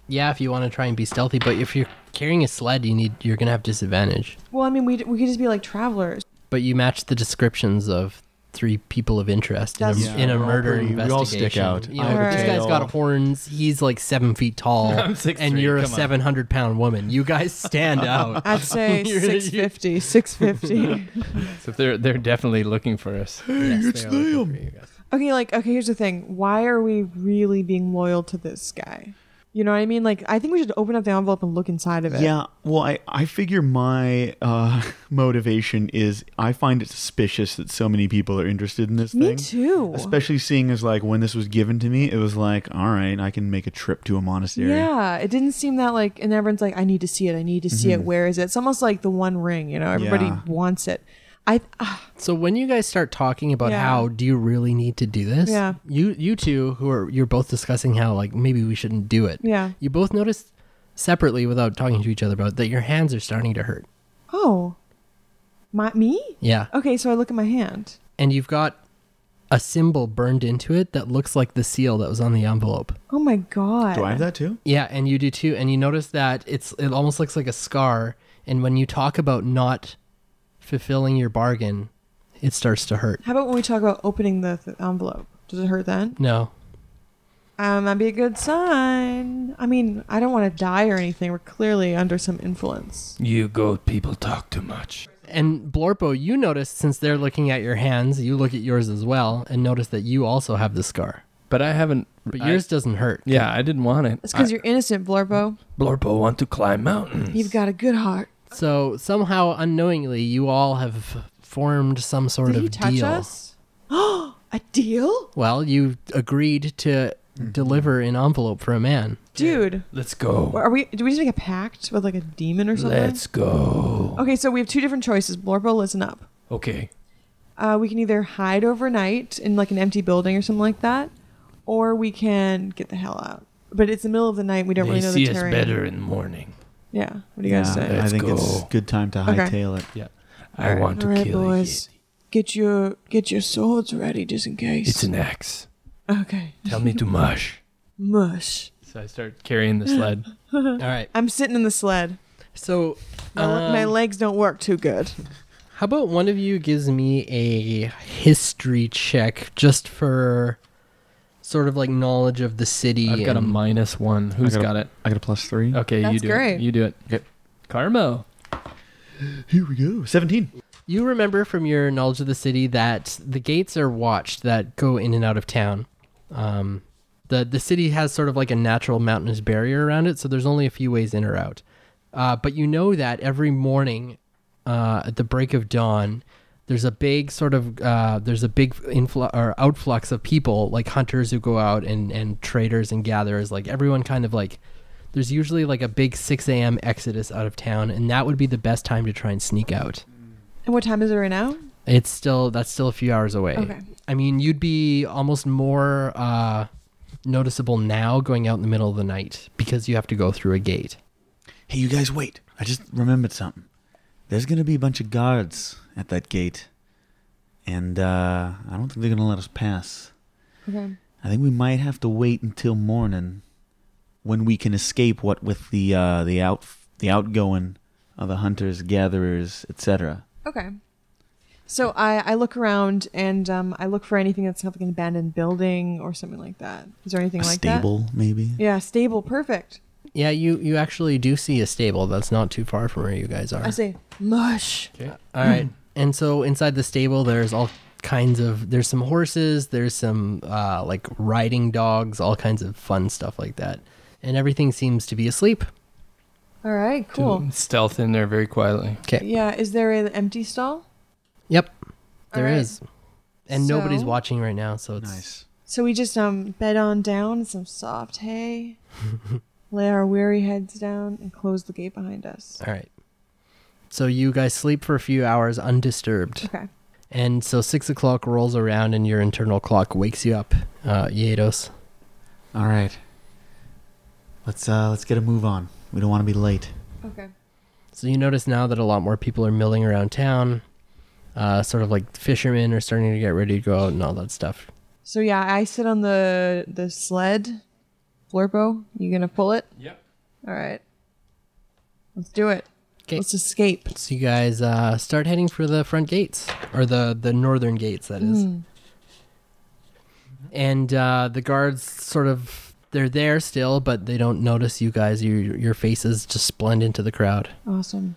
Yeah, if you want to try and be stealthy, but if you're carrying a sled, you need you're gonna have disadvantage. Well, I mean, we, we could just be like travelers. But you match the descriptions of three people of interest in a, That's Yeah, in a we're all murder pretty- we investigation. all stick out. You know, Eye of the This guy's tail. got horns. He's like seven feet (laughs) tall, I'm 6'3", and you're a come on. 700 pound woman. You guys (laughs) stand out. I'd say You're- 650, 650. So they're they're definitely looking for us. Yes, it's they are looking them. for you guys. Okay, like okay, here's the thing. Why are we really being loyal to this guy? You know what I mean? Like I think we should open up the envelope and look inside of it. Yeah, well, I, I figure my uh, (laughs) motivation is I find it suspicious that so many people are interested in this Me thing. too. Especially seeing as like when this was given to me, it was like, all right, I can make a trip to a monastery. Yeah, it didn't seem that like, and everyone's like, "I need to see it. I need to see it. Where is it?" It's almost like the One Ring, you know. Everybody Mm-hmm. Yeah. wants it. I uh, So when you guys start talking about Yeah. how do you really need to do this? Yeah. You you two who are you're both discussing how like maybe we shouldn't do it. yeah. You both notice separately without talking to each other about it, that your hands are starting to hurt. Oh, my me? Yeah. Okay, so I look at my hand. And you've got a symbol burned into it that looks like the seal that was on the envelope. Oh my god. Do I have that too? Yeah, and you do too. And you notice that it's it almost looks like a scar. And when you talk about not fulfilling your bargain, it starts to hurt. How about when we talk about opening the th- envelope? Does it hurt then? No. Um, that'd be a good sign. I mean, I don't want to die or anything. We're clearly under some influence. You goat people talk too much. And Blorpo, you notice since they're looking at your hands, you look at yours as well, and notice that you also have the scar. But I haven't. But I- yours doesn't hurt. yeah, I didn't want it. It's because I- you're innocent, Blurbo. Blorpo want to climb mountains. You've got a good heart. So somehow, unknowingly, you all have formed some sort Did of he touch deal. us? (gasps) a deal, Well, you agreed to Mm-hmm. deliver an envelope for a man. dude? Let's go. Are we? Do we just make a pact with like a demon or something? Let's go. Okay, so we have two different choices. Blurbo, listen up. Okay. Uh, we can either hide overnight in like an empty building or something like that, or we can get the hell out. But it's the middle of the night. We don't They really know the see us terrain. better in the morning. Yeah. What do you guys say? yeah. I Let's think it's go. good time to Okay. hightail it. I Alright. want to All right, kill boys. you. Get your get your swords ready just in case. It's an axe. okay. (laughs) Tell me to mush. Mush. So I start carrying the sled. All right. I'm sitting in the sled. So, My, le- um, my legs don't work too good. how about one of you gives me a history check just for sort of like knowledge of the city? I've got a and- minus one. Who's gotta- got it? I got a plus three. Okay, you That's do great. it. You do it. Okay. Carmo. Here we go. Seventeen. You remember from your knowledge of the city that the gates are watched that go in and out of town. Um, the the city has sort of like a natural mountainous barrier around it, so there's only a few ways in or out. Uh, but you know that every morning uh, at the break of dawn, there's a big sort of uh, there's a big influx or outflux of people like hunters who go out and and traders and gatherers like everyone kind of like there's usually like a big 6 a.m. exodus out of town, and that would be the best time to try and sneak out. And what time is it right now? It's still that's still a few hours away. Okay. I mean, you'd be almost more uh, noticeable now going out in the middle of the night because you have to go through a gate. Hey, you guys, wait. I just remembered something. There's gonna be a bunch of guards at that gate, and uh, I don't think they're gonna let us pass. Okay. I think we might have to wait until morning, when we can escape. What with the uh, the out the outgoing of the hunters, gatherers, etc. Okay. So I, I look around and um, I look for anything that's like an abandoned building or something like that. Is there anything A like stable, maybe. that? Yeah, stable. Perfect. Yeah, you you actually do see a stable that's not too far from where you guys are. I say mush. All right. And so inside the stable, there's all kinds of there's some horses, there's some uh, like riding dogs, all kinds of fun stuff like that, and everything seems to be asleep. All right, cool. Stealth in there very quietly. Yeah, is there an empty stall? Yep, there All right. is, and nobody's So- watching right now, so it's Nice. So we just um bed on down in some soft hay, lay our weary heads down, and close the gate behind us. all right. So you guys sleep for a few hours undisturbed. Okay. And so six o'clock rolls around, and your internal clock wakes you up, uh, Yados. All right. Let's uh let's get a move on. We don't want to be late. Okay. So you notice now that a lot more people are milling around town. Uh, sort of like fishermen are starting to get ready to go out and all that stuff. So yeah, I sit on the the sled. Blurpo, you gonna pull it? Yep. All right. Let's do it. 'Kay. Let's escape. So you guys uh, start heading for the front gates, or the the northern gates, that Hmm. is. And uh, the guards sort of they're there still, but they don't notice you guys. Your your faces just blend into the crowd. Awesome.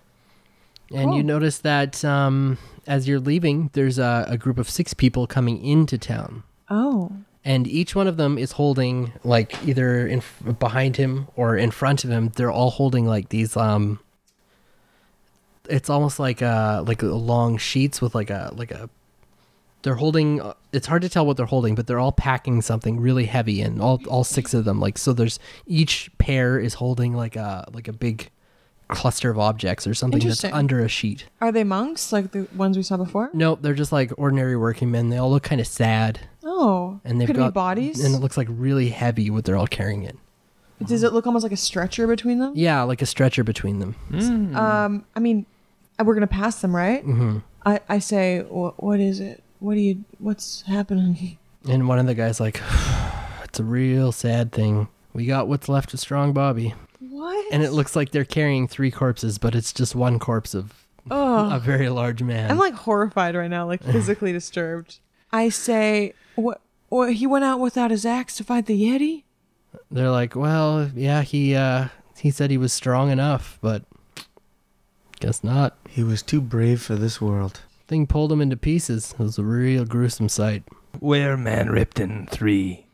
And you Cool. notice that um, as you're leaving, there's a, a group of six people coming into town. Oh. And each one of them is holding, like, either in f- behind him or in front of him. They're all holding, like, these. Um, it's almost like uh like long sheets with like a like a they're holding uh, it's hard to tell what they're holding but they're all packing something really heavy and all all six of them like so there's each pair is holding like a like a big cluster of objects or something that's Interesting. under a sheet Are they monks like the ones we saw before? no, they're just like ordinary working men. They all look kind of sad, Oh. and they've Could it got be bodies. and it looks like really heavy what they're all carrying it. Does it look almost like a stretcher between them? Yeah, like a stretcher between them. Um, I mean, uh, we're gonna pass them, right? Mm-hmm. I I say, "Wha- what is it? What do you? What's happening? (laughs) And one of the guys like, (sighs) it's a real sad thing. We got what's left of Strong Bobby, What? and it looks like they're carrying three corpses, but it's just one corpse of Ugh. a very large man. I'm like horrified right now, like physically disturbed. I say, what? What? He went out without his axe to fight the yeti. they're like, well, yeah, he uh, he said he was strong enough, but guess not. He was too brave for this world. Thing pulled him into pieces. It was a real gruesome sight. Where man Ripton three?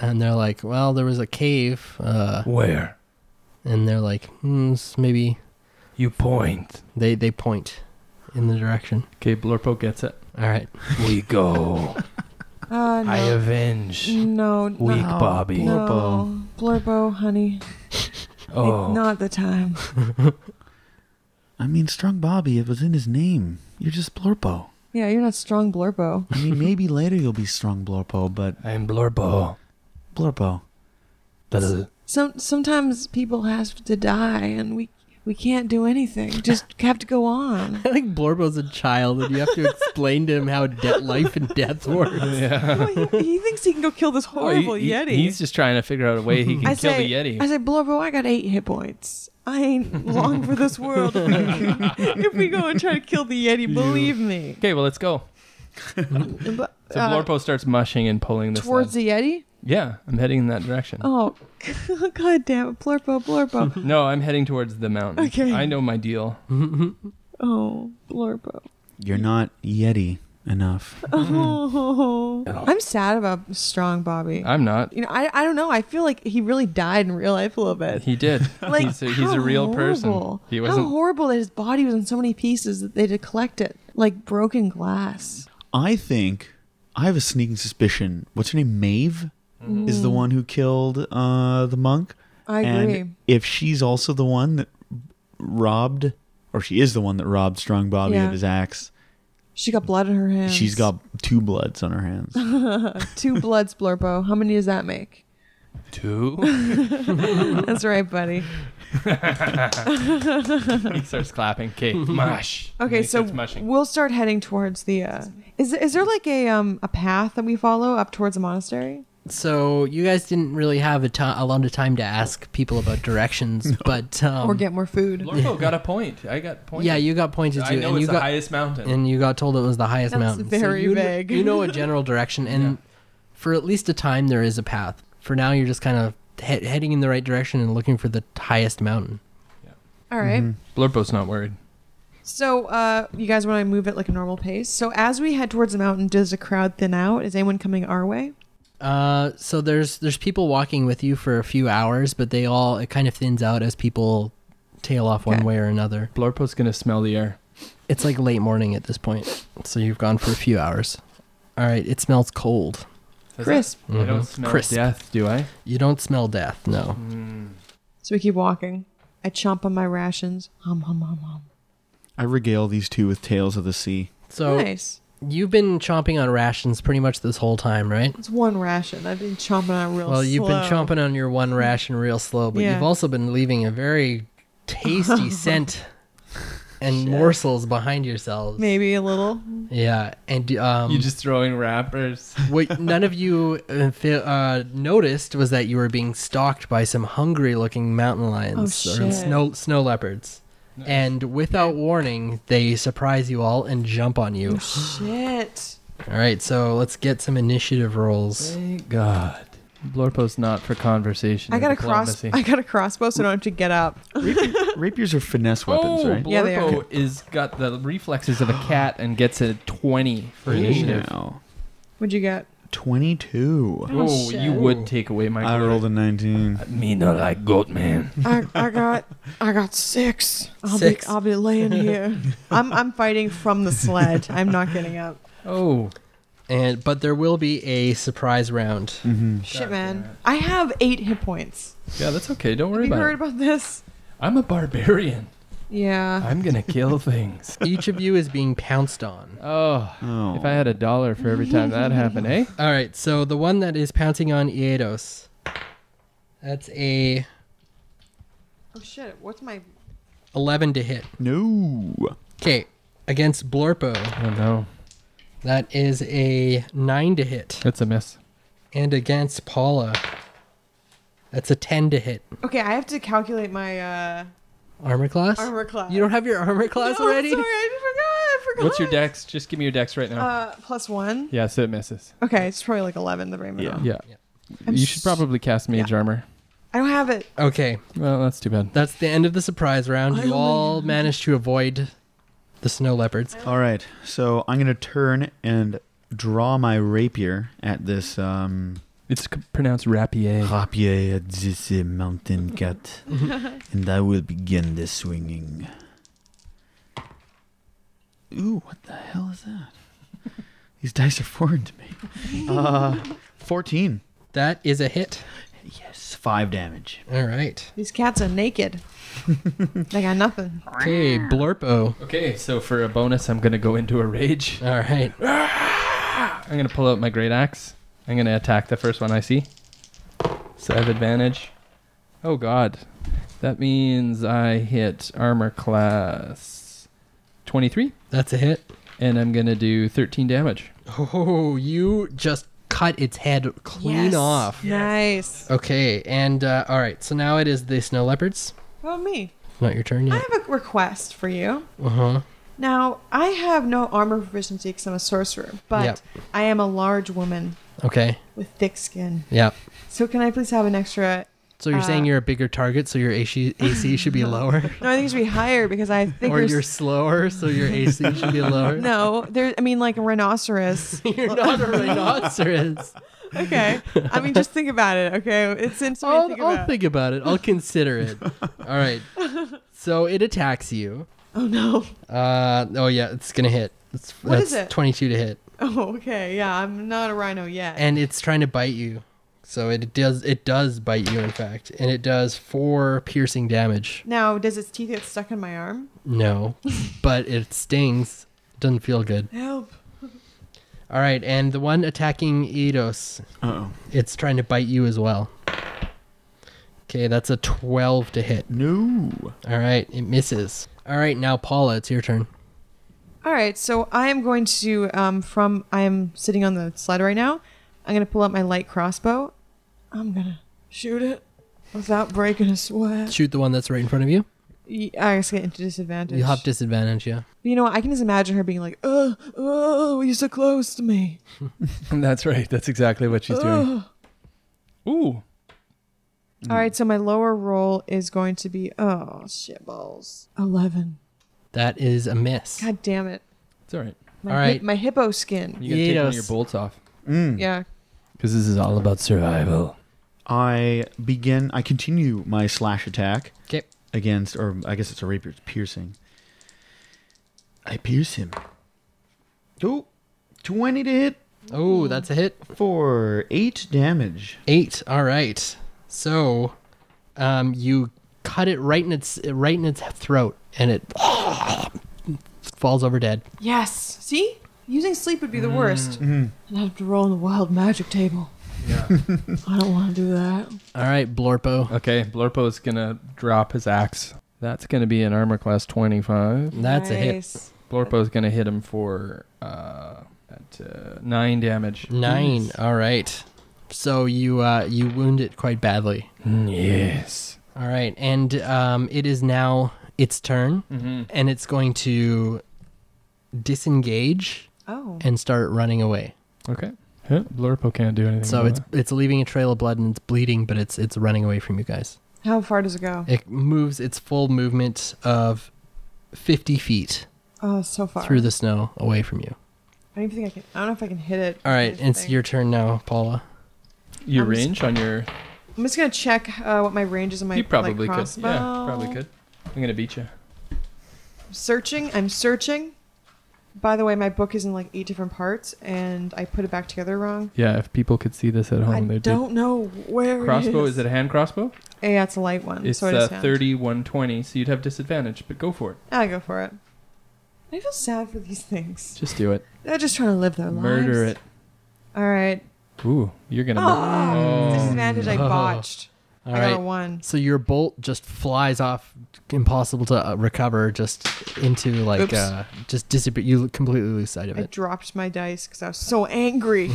And they're like, well, there was a cave. Uh, Where? and they're like, hmm, s- maybe You point. they they point in the direction. Okay, Blurpo gets it. All (laughs) right, (laughs) We go. Uh, no, I avenge. no, no, Weak Oh, No, Bobby. poor- no, Blurbo, honey, Oh, it's not the time. I mean, Strong Bobby, it was in his name. You're just Blorpo. Yeah, you're not strong, Blurbo. I (laughs) mean, maybe later you'll be Strong Blorpo, but I'm Blurbo. Blorpo. Blah. Some sometimes people have to die, and we we can't do anything. Just have to go on. I think Blorbo's a child, and you have to explain to him how de- life and (laughs) death works. Yeah. Well, he, he thinks he can go kill this horrible yeti. Oh, he's just trying to figure out a way (laughs) he can I kill say, the yeti. I said, Blurbo, I got eight hit points. I ain't long for this (laughs) world. if we go and try to kill the yeti, believe (laughs) me. okay, well, let's go. But, So uh, Blorpo starts mushing and pulling this. towards the yeti. yeah, I'm heading in that (laughs) direction. Oh, god damn it, Blurbo, (laughs) Blurbo. No, I'm heading towards the mountain. Okay. I know my deal. oh, Blurbo. You're not Yeti (laughs) enough. Mm. Oh, I'm sad about Strong Bobby. I'm not. you know, I, I don't know. I feel like he really died in real life a little bit. He (laughs) did. Like, he's a, he's how a real person. horrible. He How wasn't. horrible that his body was in so many pieces that they had to collect it like broken glass. I think I have a sneaking suspicion. What's her name? Maeve Mm-hmm. is the one who killed uh, the monk. I and agree. If she's also the one that robbed, or she is the one that robbed Strong Bobby Yeah. of his axe, She got blood in her hands. she's got two bloods on her hands. (laughs) two bloods, Blurbo. How many does that make? (laughs) Two. That's right, buddy. (laughs) he starts clapping. (laughs) Okay, mush. Okay, And he so starts mushing. we'll start heading towards the. Uh, is is there like a um a path that we follow up towards the monastery? (laughs) So you guys didn't really have a, to- a lot of time to ask people about (laughs) directions, but um, or get more food? (laughs) Blorpo got a point. I got point. yeah, you got pointed to, I know and it's you the got highest mountain. and you got told it was the highest That's mountain. very you, kn- vague. you know a general direction, and for at least a time there is a path. For now, you're just kind of he- heading in the right direction and looking for the highest mountain. Mm-hmm. All right. Blurpo's not worried. So, uh, you guys want to move at like a normal pace. So, as we head towards the mountain, does the crowd thin out? Is anyone coming our way? Uh, so there's there's people walking with you for a few hours, but they all it kind of thins out as people tail off one Okay. way or another. Blorpo's gonna smell the air. It's like late morning at this point, so you've gone for a few hours. All right, it smells cold. Crisp. I don't Mhm. smell Crisp. death, do I? You don't smell death, no. So we keep walking. I chomp on my rations. Hum hum hum hum. I regale these two with tales of the sea. So nice. you've been chomping on rations pretty much this whole time, right? It's one ration. I've been chomping on it real. Well, you've been slow. chomping on your one ration real slow, but Yeah. you've also been leaving a very (laughs) tasty scent and morsels behind yourselves. Maybe a little. Yeah, and um, You're just throwing wrappers. what none of you uh, fa- uh, noticed was that you were being stalked by some hungry-looking mountain lions Oh, or shit. snow snow leopards, and without warning, they surprise you all and jump on you. Oh, Shit. all right, so let's get some initiative rolls. Thank God. Blorpo's not for conversation. I or got a cross. diplomacy. I got a crossbow, so I don't have to get up. Rapiers are finesse weapons, oh, right? Blorpo Yeah, they are. is got the reflexes of a cat and gets a 20 for initiative. Now, What'd you get? 22. Oh, you would take away my. I glory. rolled a 19. Me not like goat man. I, I got I got six. I'll Six. be I'll be laying here. I'm I'm fighting from the sled. I'm not getting up. Oh, And but there will be a surprise round. Shit, man. I have eight hit points. yeah, that's okay. Don't Have worry you about heard it. about this? I'm a barbarian. Yeah. I'm gonna kill things. Each of you is being pounced on. Oh, Oh. if I had a dollar for every time that happened, eh? All right, so the one that is pouncing on Iedos, that's a Oh shit. What's my? 11 to hit. no. Okay, against Blorpo, (laughs) Oh no, that is a 9 to hit. that's a miss. And against Paula, that's a 10 to hit. Okay, I have to calculate my uh, Armor class? armor class. You don't have your armor class No, I'm already? Sorry, I forgot. I forgot. What's your dex? Just give me your dex right now. Uh, plus one. yeah, so it misses. Okay, it's probably like eleven. The brain. Yeah. Yeah. Yeah. I'm You should probably cast mage armor. I don't have it. Okay, Well, that's too bad. that's the end of the surprise round. I You only all managed to avoid the snow leopards. All right. So I'm going to turn and draw my rapier at this um It's c- pronounced rapier. rapier at this uh, mountain cat and I will begin the swinging. Ooh, what the hell is that? These dice are foreign to me. Uh 14. That is a hit. Yes, 5 damage. All right. These cats are (laughs) naked. they got nothing. Okay, Blorpo. Okay, so for a bonus, I'm gonna go into a rage. All right. I'm gonna pull out my great axe. I'm gonna attack the first one I see. So I have advantage. Oh god. That means I hit armor class 23, That's a hit. and I'm gonna do 13 damage. Oh, you just cut its head clean Yes. off. Nice. Okay, and uh, all right. So now it is the snow leopards. What about me? Not your turn I yet. have a request for you. Uh huh. Now, I have no armor proficiency because I'm a sorcerer, but Yep. I am a large woman Okay. with thick skin. Yeah. So, can I please have an extra? So you're saying you're a bigger target, so (laughs) your AC, AC should be lower, Uh, No, I think it should be higher because I think or there's- you're slower, so your AC should be (laughs) lower. no. There, I mean, like a rhinoceros. (laughs) you're not (laughs) a rhinoceros. okay. I mean, just think about it. Okay, it's in so many I'll, to think I'll about. think about it. (laughs) I'll consider it. All right. So it attacks you. oh no. Uh oh yeah, it's gonna hit. It's, What that's is it? 22 to hit, (laughs) Oh, okay. Yeah, I'm not a rhino yet. and it's trying to bite you. So it does it does bite you in fact, and it does four piercing damage. now, does its teeth get stuck in my arm? No, but it stings. Doesn't feel good. Help. All right, and the one attacking Eidos, Uh-oh. it's trying to bite you as well. Okay, that's a 12 to hit. No. All right, it misses. All right, now Paula, it's your turn. All right, so I am going to um, from I am sitting on the sled right now. I'm gonna pull out my light crossbow. I'm gonna shoot it without breaking a sweat. Shoot the one that's right in front of you. Y- I just get into disadvantage. You'll have disadvantage, yeah. You know what? I can just imagine her being like, "Oh, oh, you're so close to me." (laughs) that's right. That's exactly what she's doing. Ugh." Ooh. Mm. All right, so my lower roll is going to be oh shit balls, eleven. That is a miss. God damn it. It's all right. My, All hip- right. Hmm. my hippo skin. You gotta take one of Yes. your bolts off Mm. Yeah. because this is all about survival. I begin. I continue my slash attack Okay. against, or I guess it's a rapier. It's piercing. I pierce him. Ooh, 20 to hit Oh, that's a hit. for eight damage. Eight. All right. So, um, you cut it right in its right in its throat, and it (gasps) falls over dead. Yes. See? Using sleep would be the Mm. worst. Mm-hmm. And I have to roll on the wild magic table. Yeah. I don't want to do that. All right, Blorpo. (laughs) Okay, Blorpo is gonna drop his axe. That's gonna be an armor class 25. That's a hit. Nice. Blorpo is gonna hit him for uh, at, uh, nine damage. Nine. All right. So you uh, you wound it quite badly. Yes. All right, and um, it is now its turn, Mm-hmm. and it's going to disengage Oh. and start running away. Okay. Yeah, Blorpo can't do anything. So about it's it. it's leaving a trail of blood and it's bleeding, but it's it's running away from you guys. How far does it go? It moves its full movement of fifty feet Oh, so far. through the snow away from you. I don't even think I can. I don't know if I can hit it. All right, Here's the it's thing. your turn now, Paula. your I'm just- range on your. I'm just gonna check uh, what my range is on my you probably like, could. crossbow. Yeah, probably could. I'm gonna beat you. Searching. I'm searching. By the way, my book is in like eight different parts, and I put it back together wrong. Yeah, if people could see this at I home, they'd don't know where. be. Oh, it Crossbow is. is. it a hand crossbow? Yeah, it's a light one. It's so it uh, is hand. 30, 120, so you'd have disadvantage, but go for it. I go for it. I feel sad for these things. Just do it. They're just trying to live their lives. Murder it. All right. Ooh, you're gonna. Oh, mur- disadvantage. (laughs) I no. botched. All I right, got a one. so your bolt just flies off, impossible to uh, recover, just into like Oops. uh, just disappear. You completely lose sight of I it. dropped my dice because I was so (laughs) angry.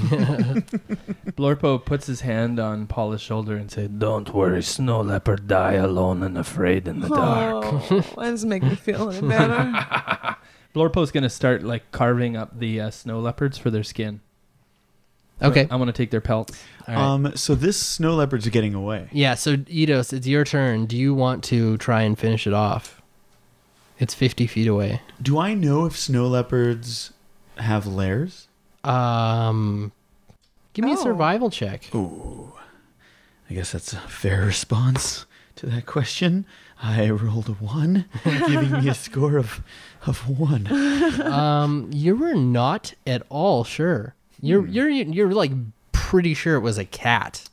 Blorpo puts his hand on Paula's shoulder and said, "Don't worry, snow leopard die alone and afraid in the dark." Oh, that doesn't make me feel any (laughs) better. Blorpo's gonna start like carving up the uh, snow leopards for their skin. Okay. I want to take their pelts. All right. Um, so this snow leopard's getting away. Yeah, so Eidos, it's your turn. Do you want to try and finish it off? It's 50 feet away. Do I know if snow leopards have lairs? Um, give me a Oh. survival check. I guess that's a fair (laughs) response to that question. I rolled a (laughs) one, giving me a score of of one. Um, you were not at all sure. You're you're you're like pretty sure it was a cat.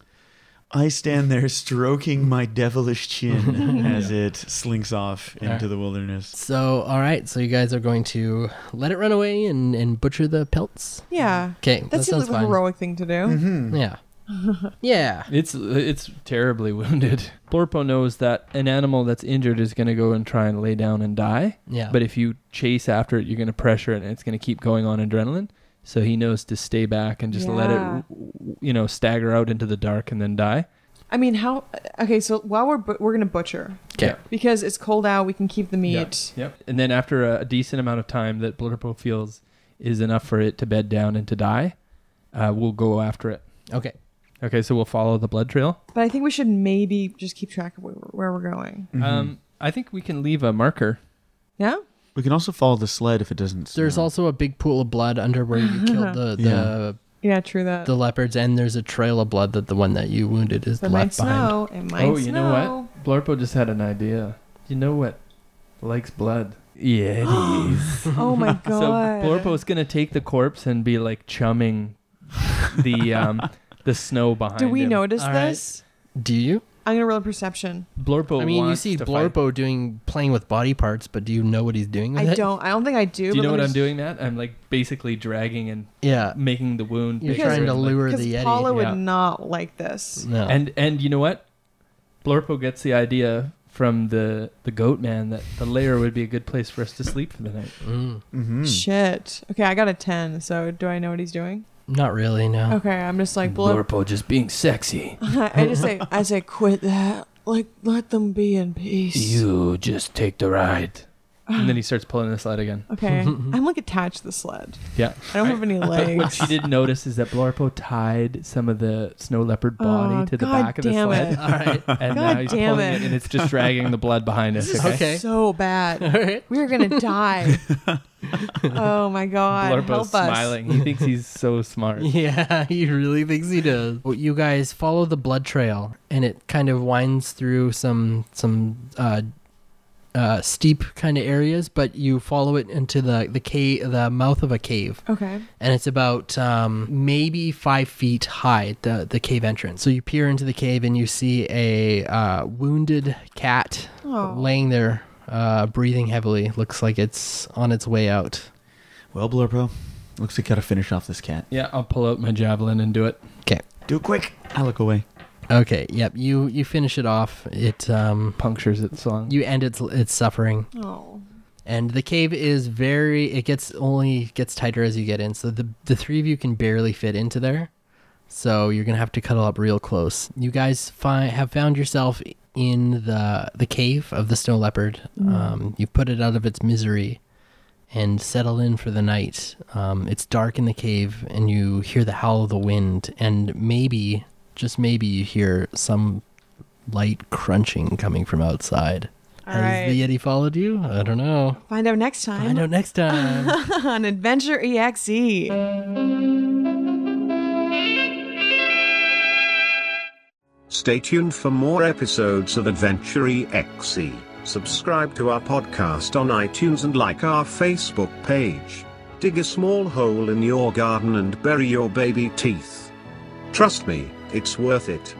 I stand there stroking my devilish (laughs) chin as it slinks off into the wilderness. So, all right, so you guys are going to let it run away and and butcher the pelts. yeah. Okay, That that seems sounds like a fine. heroic thing to do. Mm-hmm. Yeah. (laughs) Yeah. It's it's terribly (laughs) wounded. Blorpo knows that an animal that's injured is gonna go and try and lay down and die. Yeah. But if you chase after it, you're gonna pressure it, and it's gonna keep going on adrenaline. So he knows to stay back and just let it, Yeah. w- w- you know, stagger out into the dark and then die. I mean, how? Okay, so while we're bu- we're gonna butcher 'Kay. Yeah. because it's cold out. We can keep the meat. Yep. And then after a, a decent amount of time that Blurpo feels is enough for it to bed down and to die, uh, we'll go after it. Okay. Okay, so we'll follow the blood trail. But I think we should maybe just keep track of where we're, where we're going. Um, I think we can leave a marker. Yeah. Mm-hmm. We can also follow the sled if it doesn't. There's snow. also a big pool of blood under where you killed (laughs) the the Yeah. Yeah. True that. the leopards, and there's a trail of blood that the one that you wounded is but it might left behind. snow. It might oh, snow. you know what? Blurpo just had an idea. You know what? Likes blood. Yeah. Oh my (laughs) so god. Blurpo's gonna take the corpse and be like chumming the (laughs) um the snow behind. Do we him. notice All right. this? Do you? I'm gonna roll a perception. Blurpo. I mean, you wants see to Blorpo Fight. doing playing with body parts, but do you know what he's doing? With I it? don't. I don't think I do. Do you but know let what me I'm just- doing? That I'm like basically dragging and Yeah, making the wound. you're bigger trying to and, like, lure the Because yeti. Paula yeah. would not like this. no. And and you know what? Blorpo gets the idea from the the goat man that the lair would be a good place for us to sleep for the night. Mm, Mhm. Shit. Okay, I got a ten. So do I know what he's doing? not really. No. Okay, I'm just like blur. just being sexy. (laughs) I just say, I say, quit that. Like, let them be in peace. just take the ride. and then he starts pulling the sled again. Okay. I'm like attached to the sled. Yeah. I don't have any What (laughs) legs. she didn't notice is that Blorpo tied some of the snow leopard body Oh, to the God back of the damn sled, it. (laughs) All right. and God now he's damn pulling it. it. and it's just dragging the blood behind (laughs) us. Okay. Okay. So bad. All right. We are gonna die. oh my god. Blorpo's Help us. smiling. He thinks he's so smart. (laughs) Yeah, he really thinks he does. Well, You guys follow the blood trail, and it kind of winds through some some uh, uh, steep kind of areas, but you follow it into the the cave, the mouth of a cave, Okay. and it's about um, maybe five feet high. at The the cave entrance. So you peer into the cave, and you see a uh, wounded cat Oh. laying there, uh, breathing heavily. Looks like it's on its way out. Well, Blurpo, looks like you gotta finish off this cat. (laughs) Yeah, I'll pull out my javelin and do it. Do it quick. I look away. Okay, yep. You you finish it off. It um Punctures its lung. you end its its suffering Oh. and the cave is very it gets only gets tighter as you get in so the the three of you can barely fit into there so you're gonna have to cuddle up real close you guys find have found yourself in the the cave of the snow leopard um, you put it out of its misery and settle in for the night um, it's dark in the cave and you hear the howl of the wind and maybe just maybe you hear some light crunching coming from outside All has right. the Yeti followed you? I don't know. Find out next i time Find out (laughs) next time. on Adventure E EXE. Stay tuned for more episodes of Adventure EXE. Subscribe to our podcast on iTunes and like our Facebook page. Dig a small hole in your garden and bury your baby teeth. Trust me, it's worth it.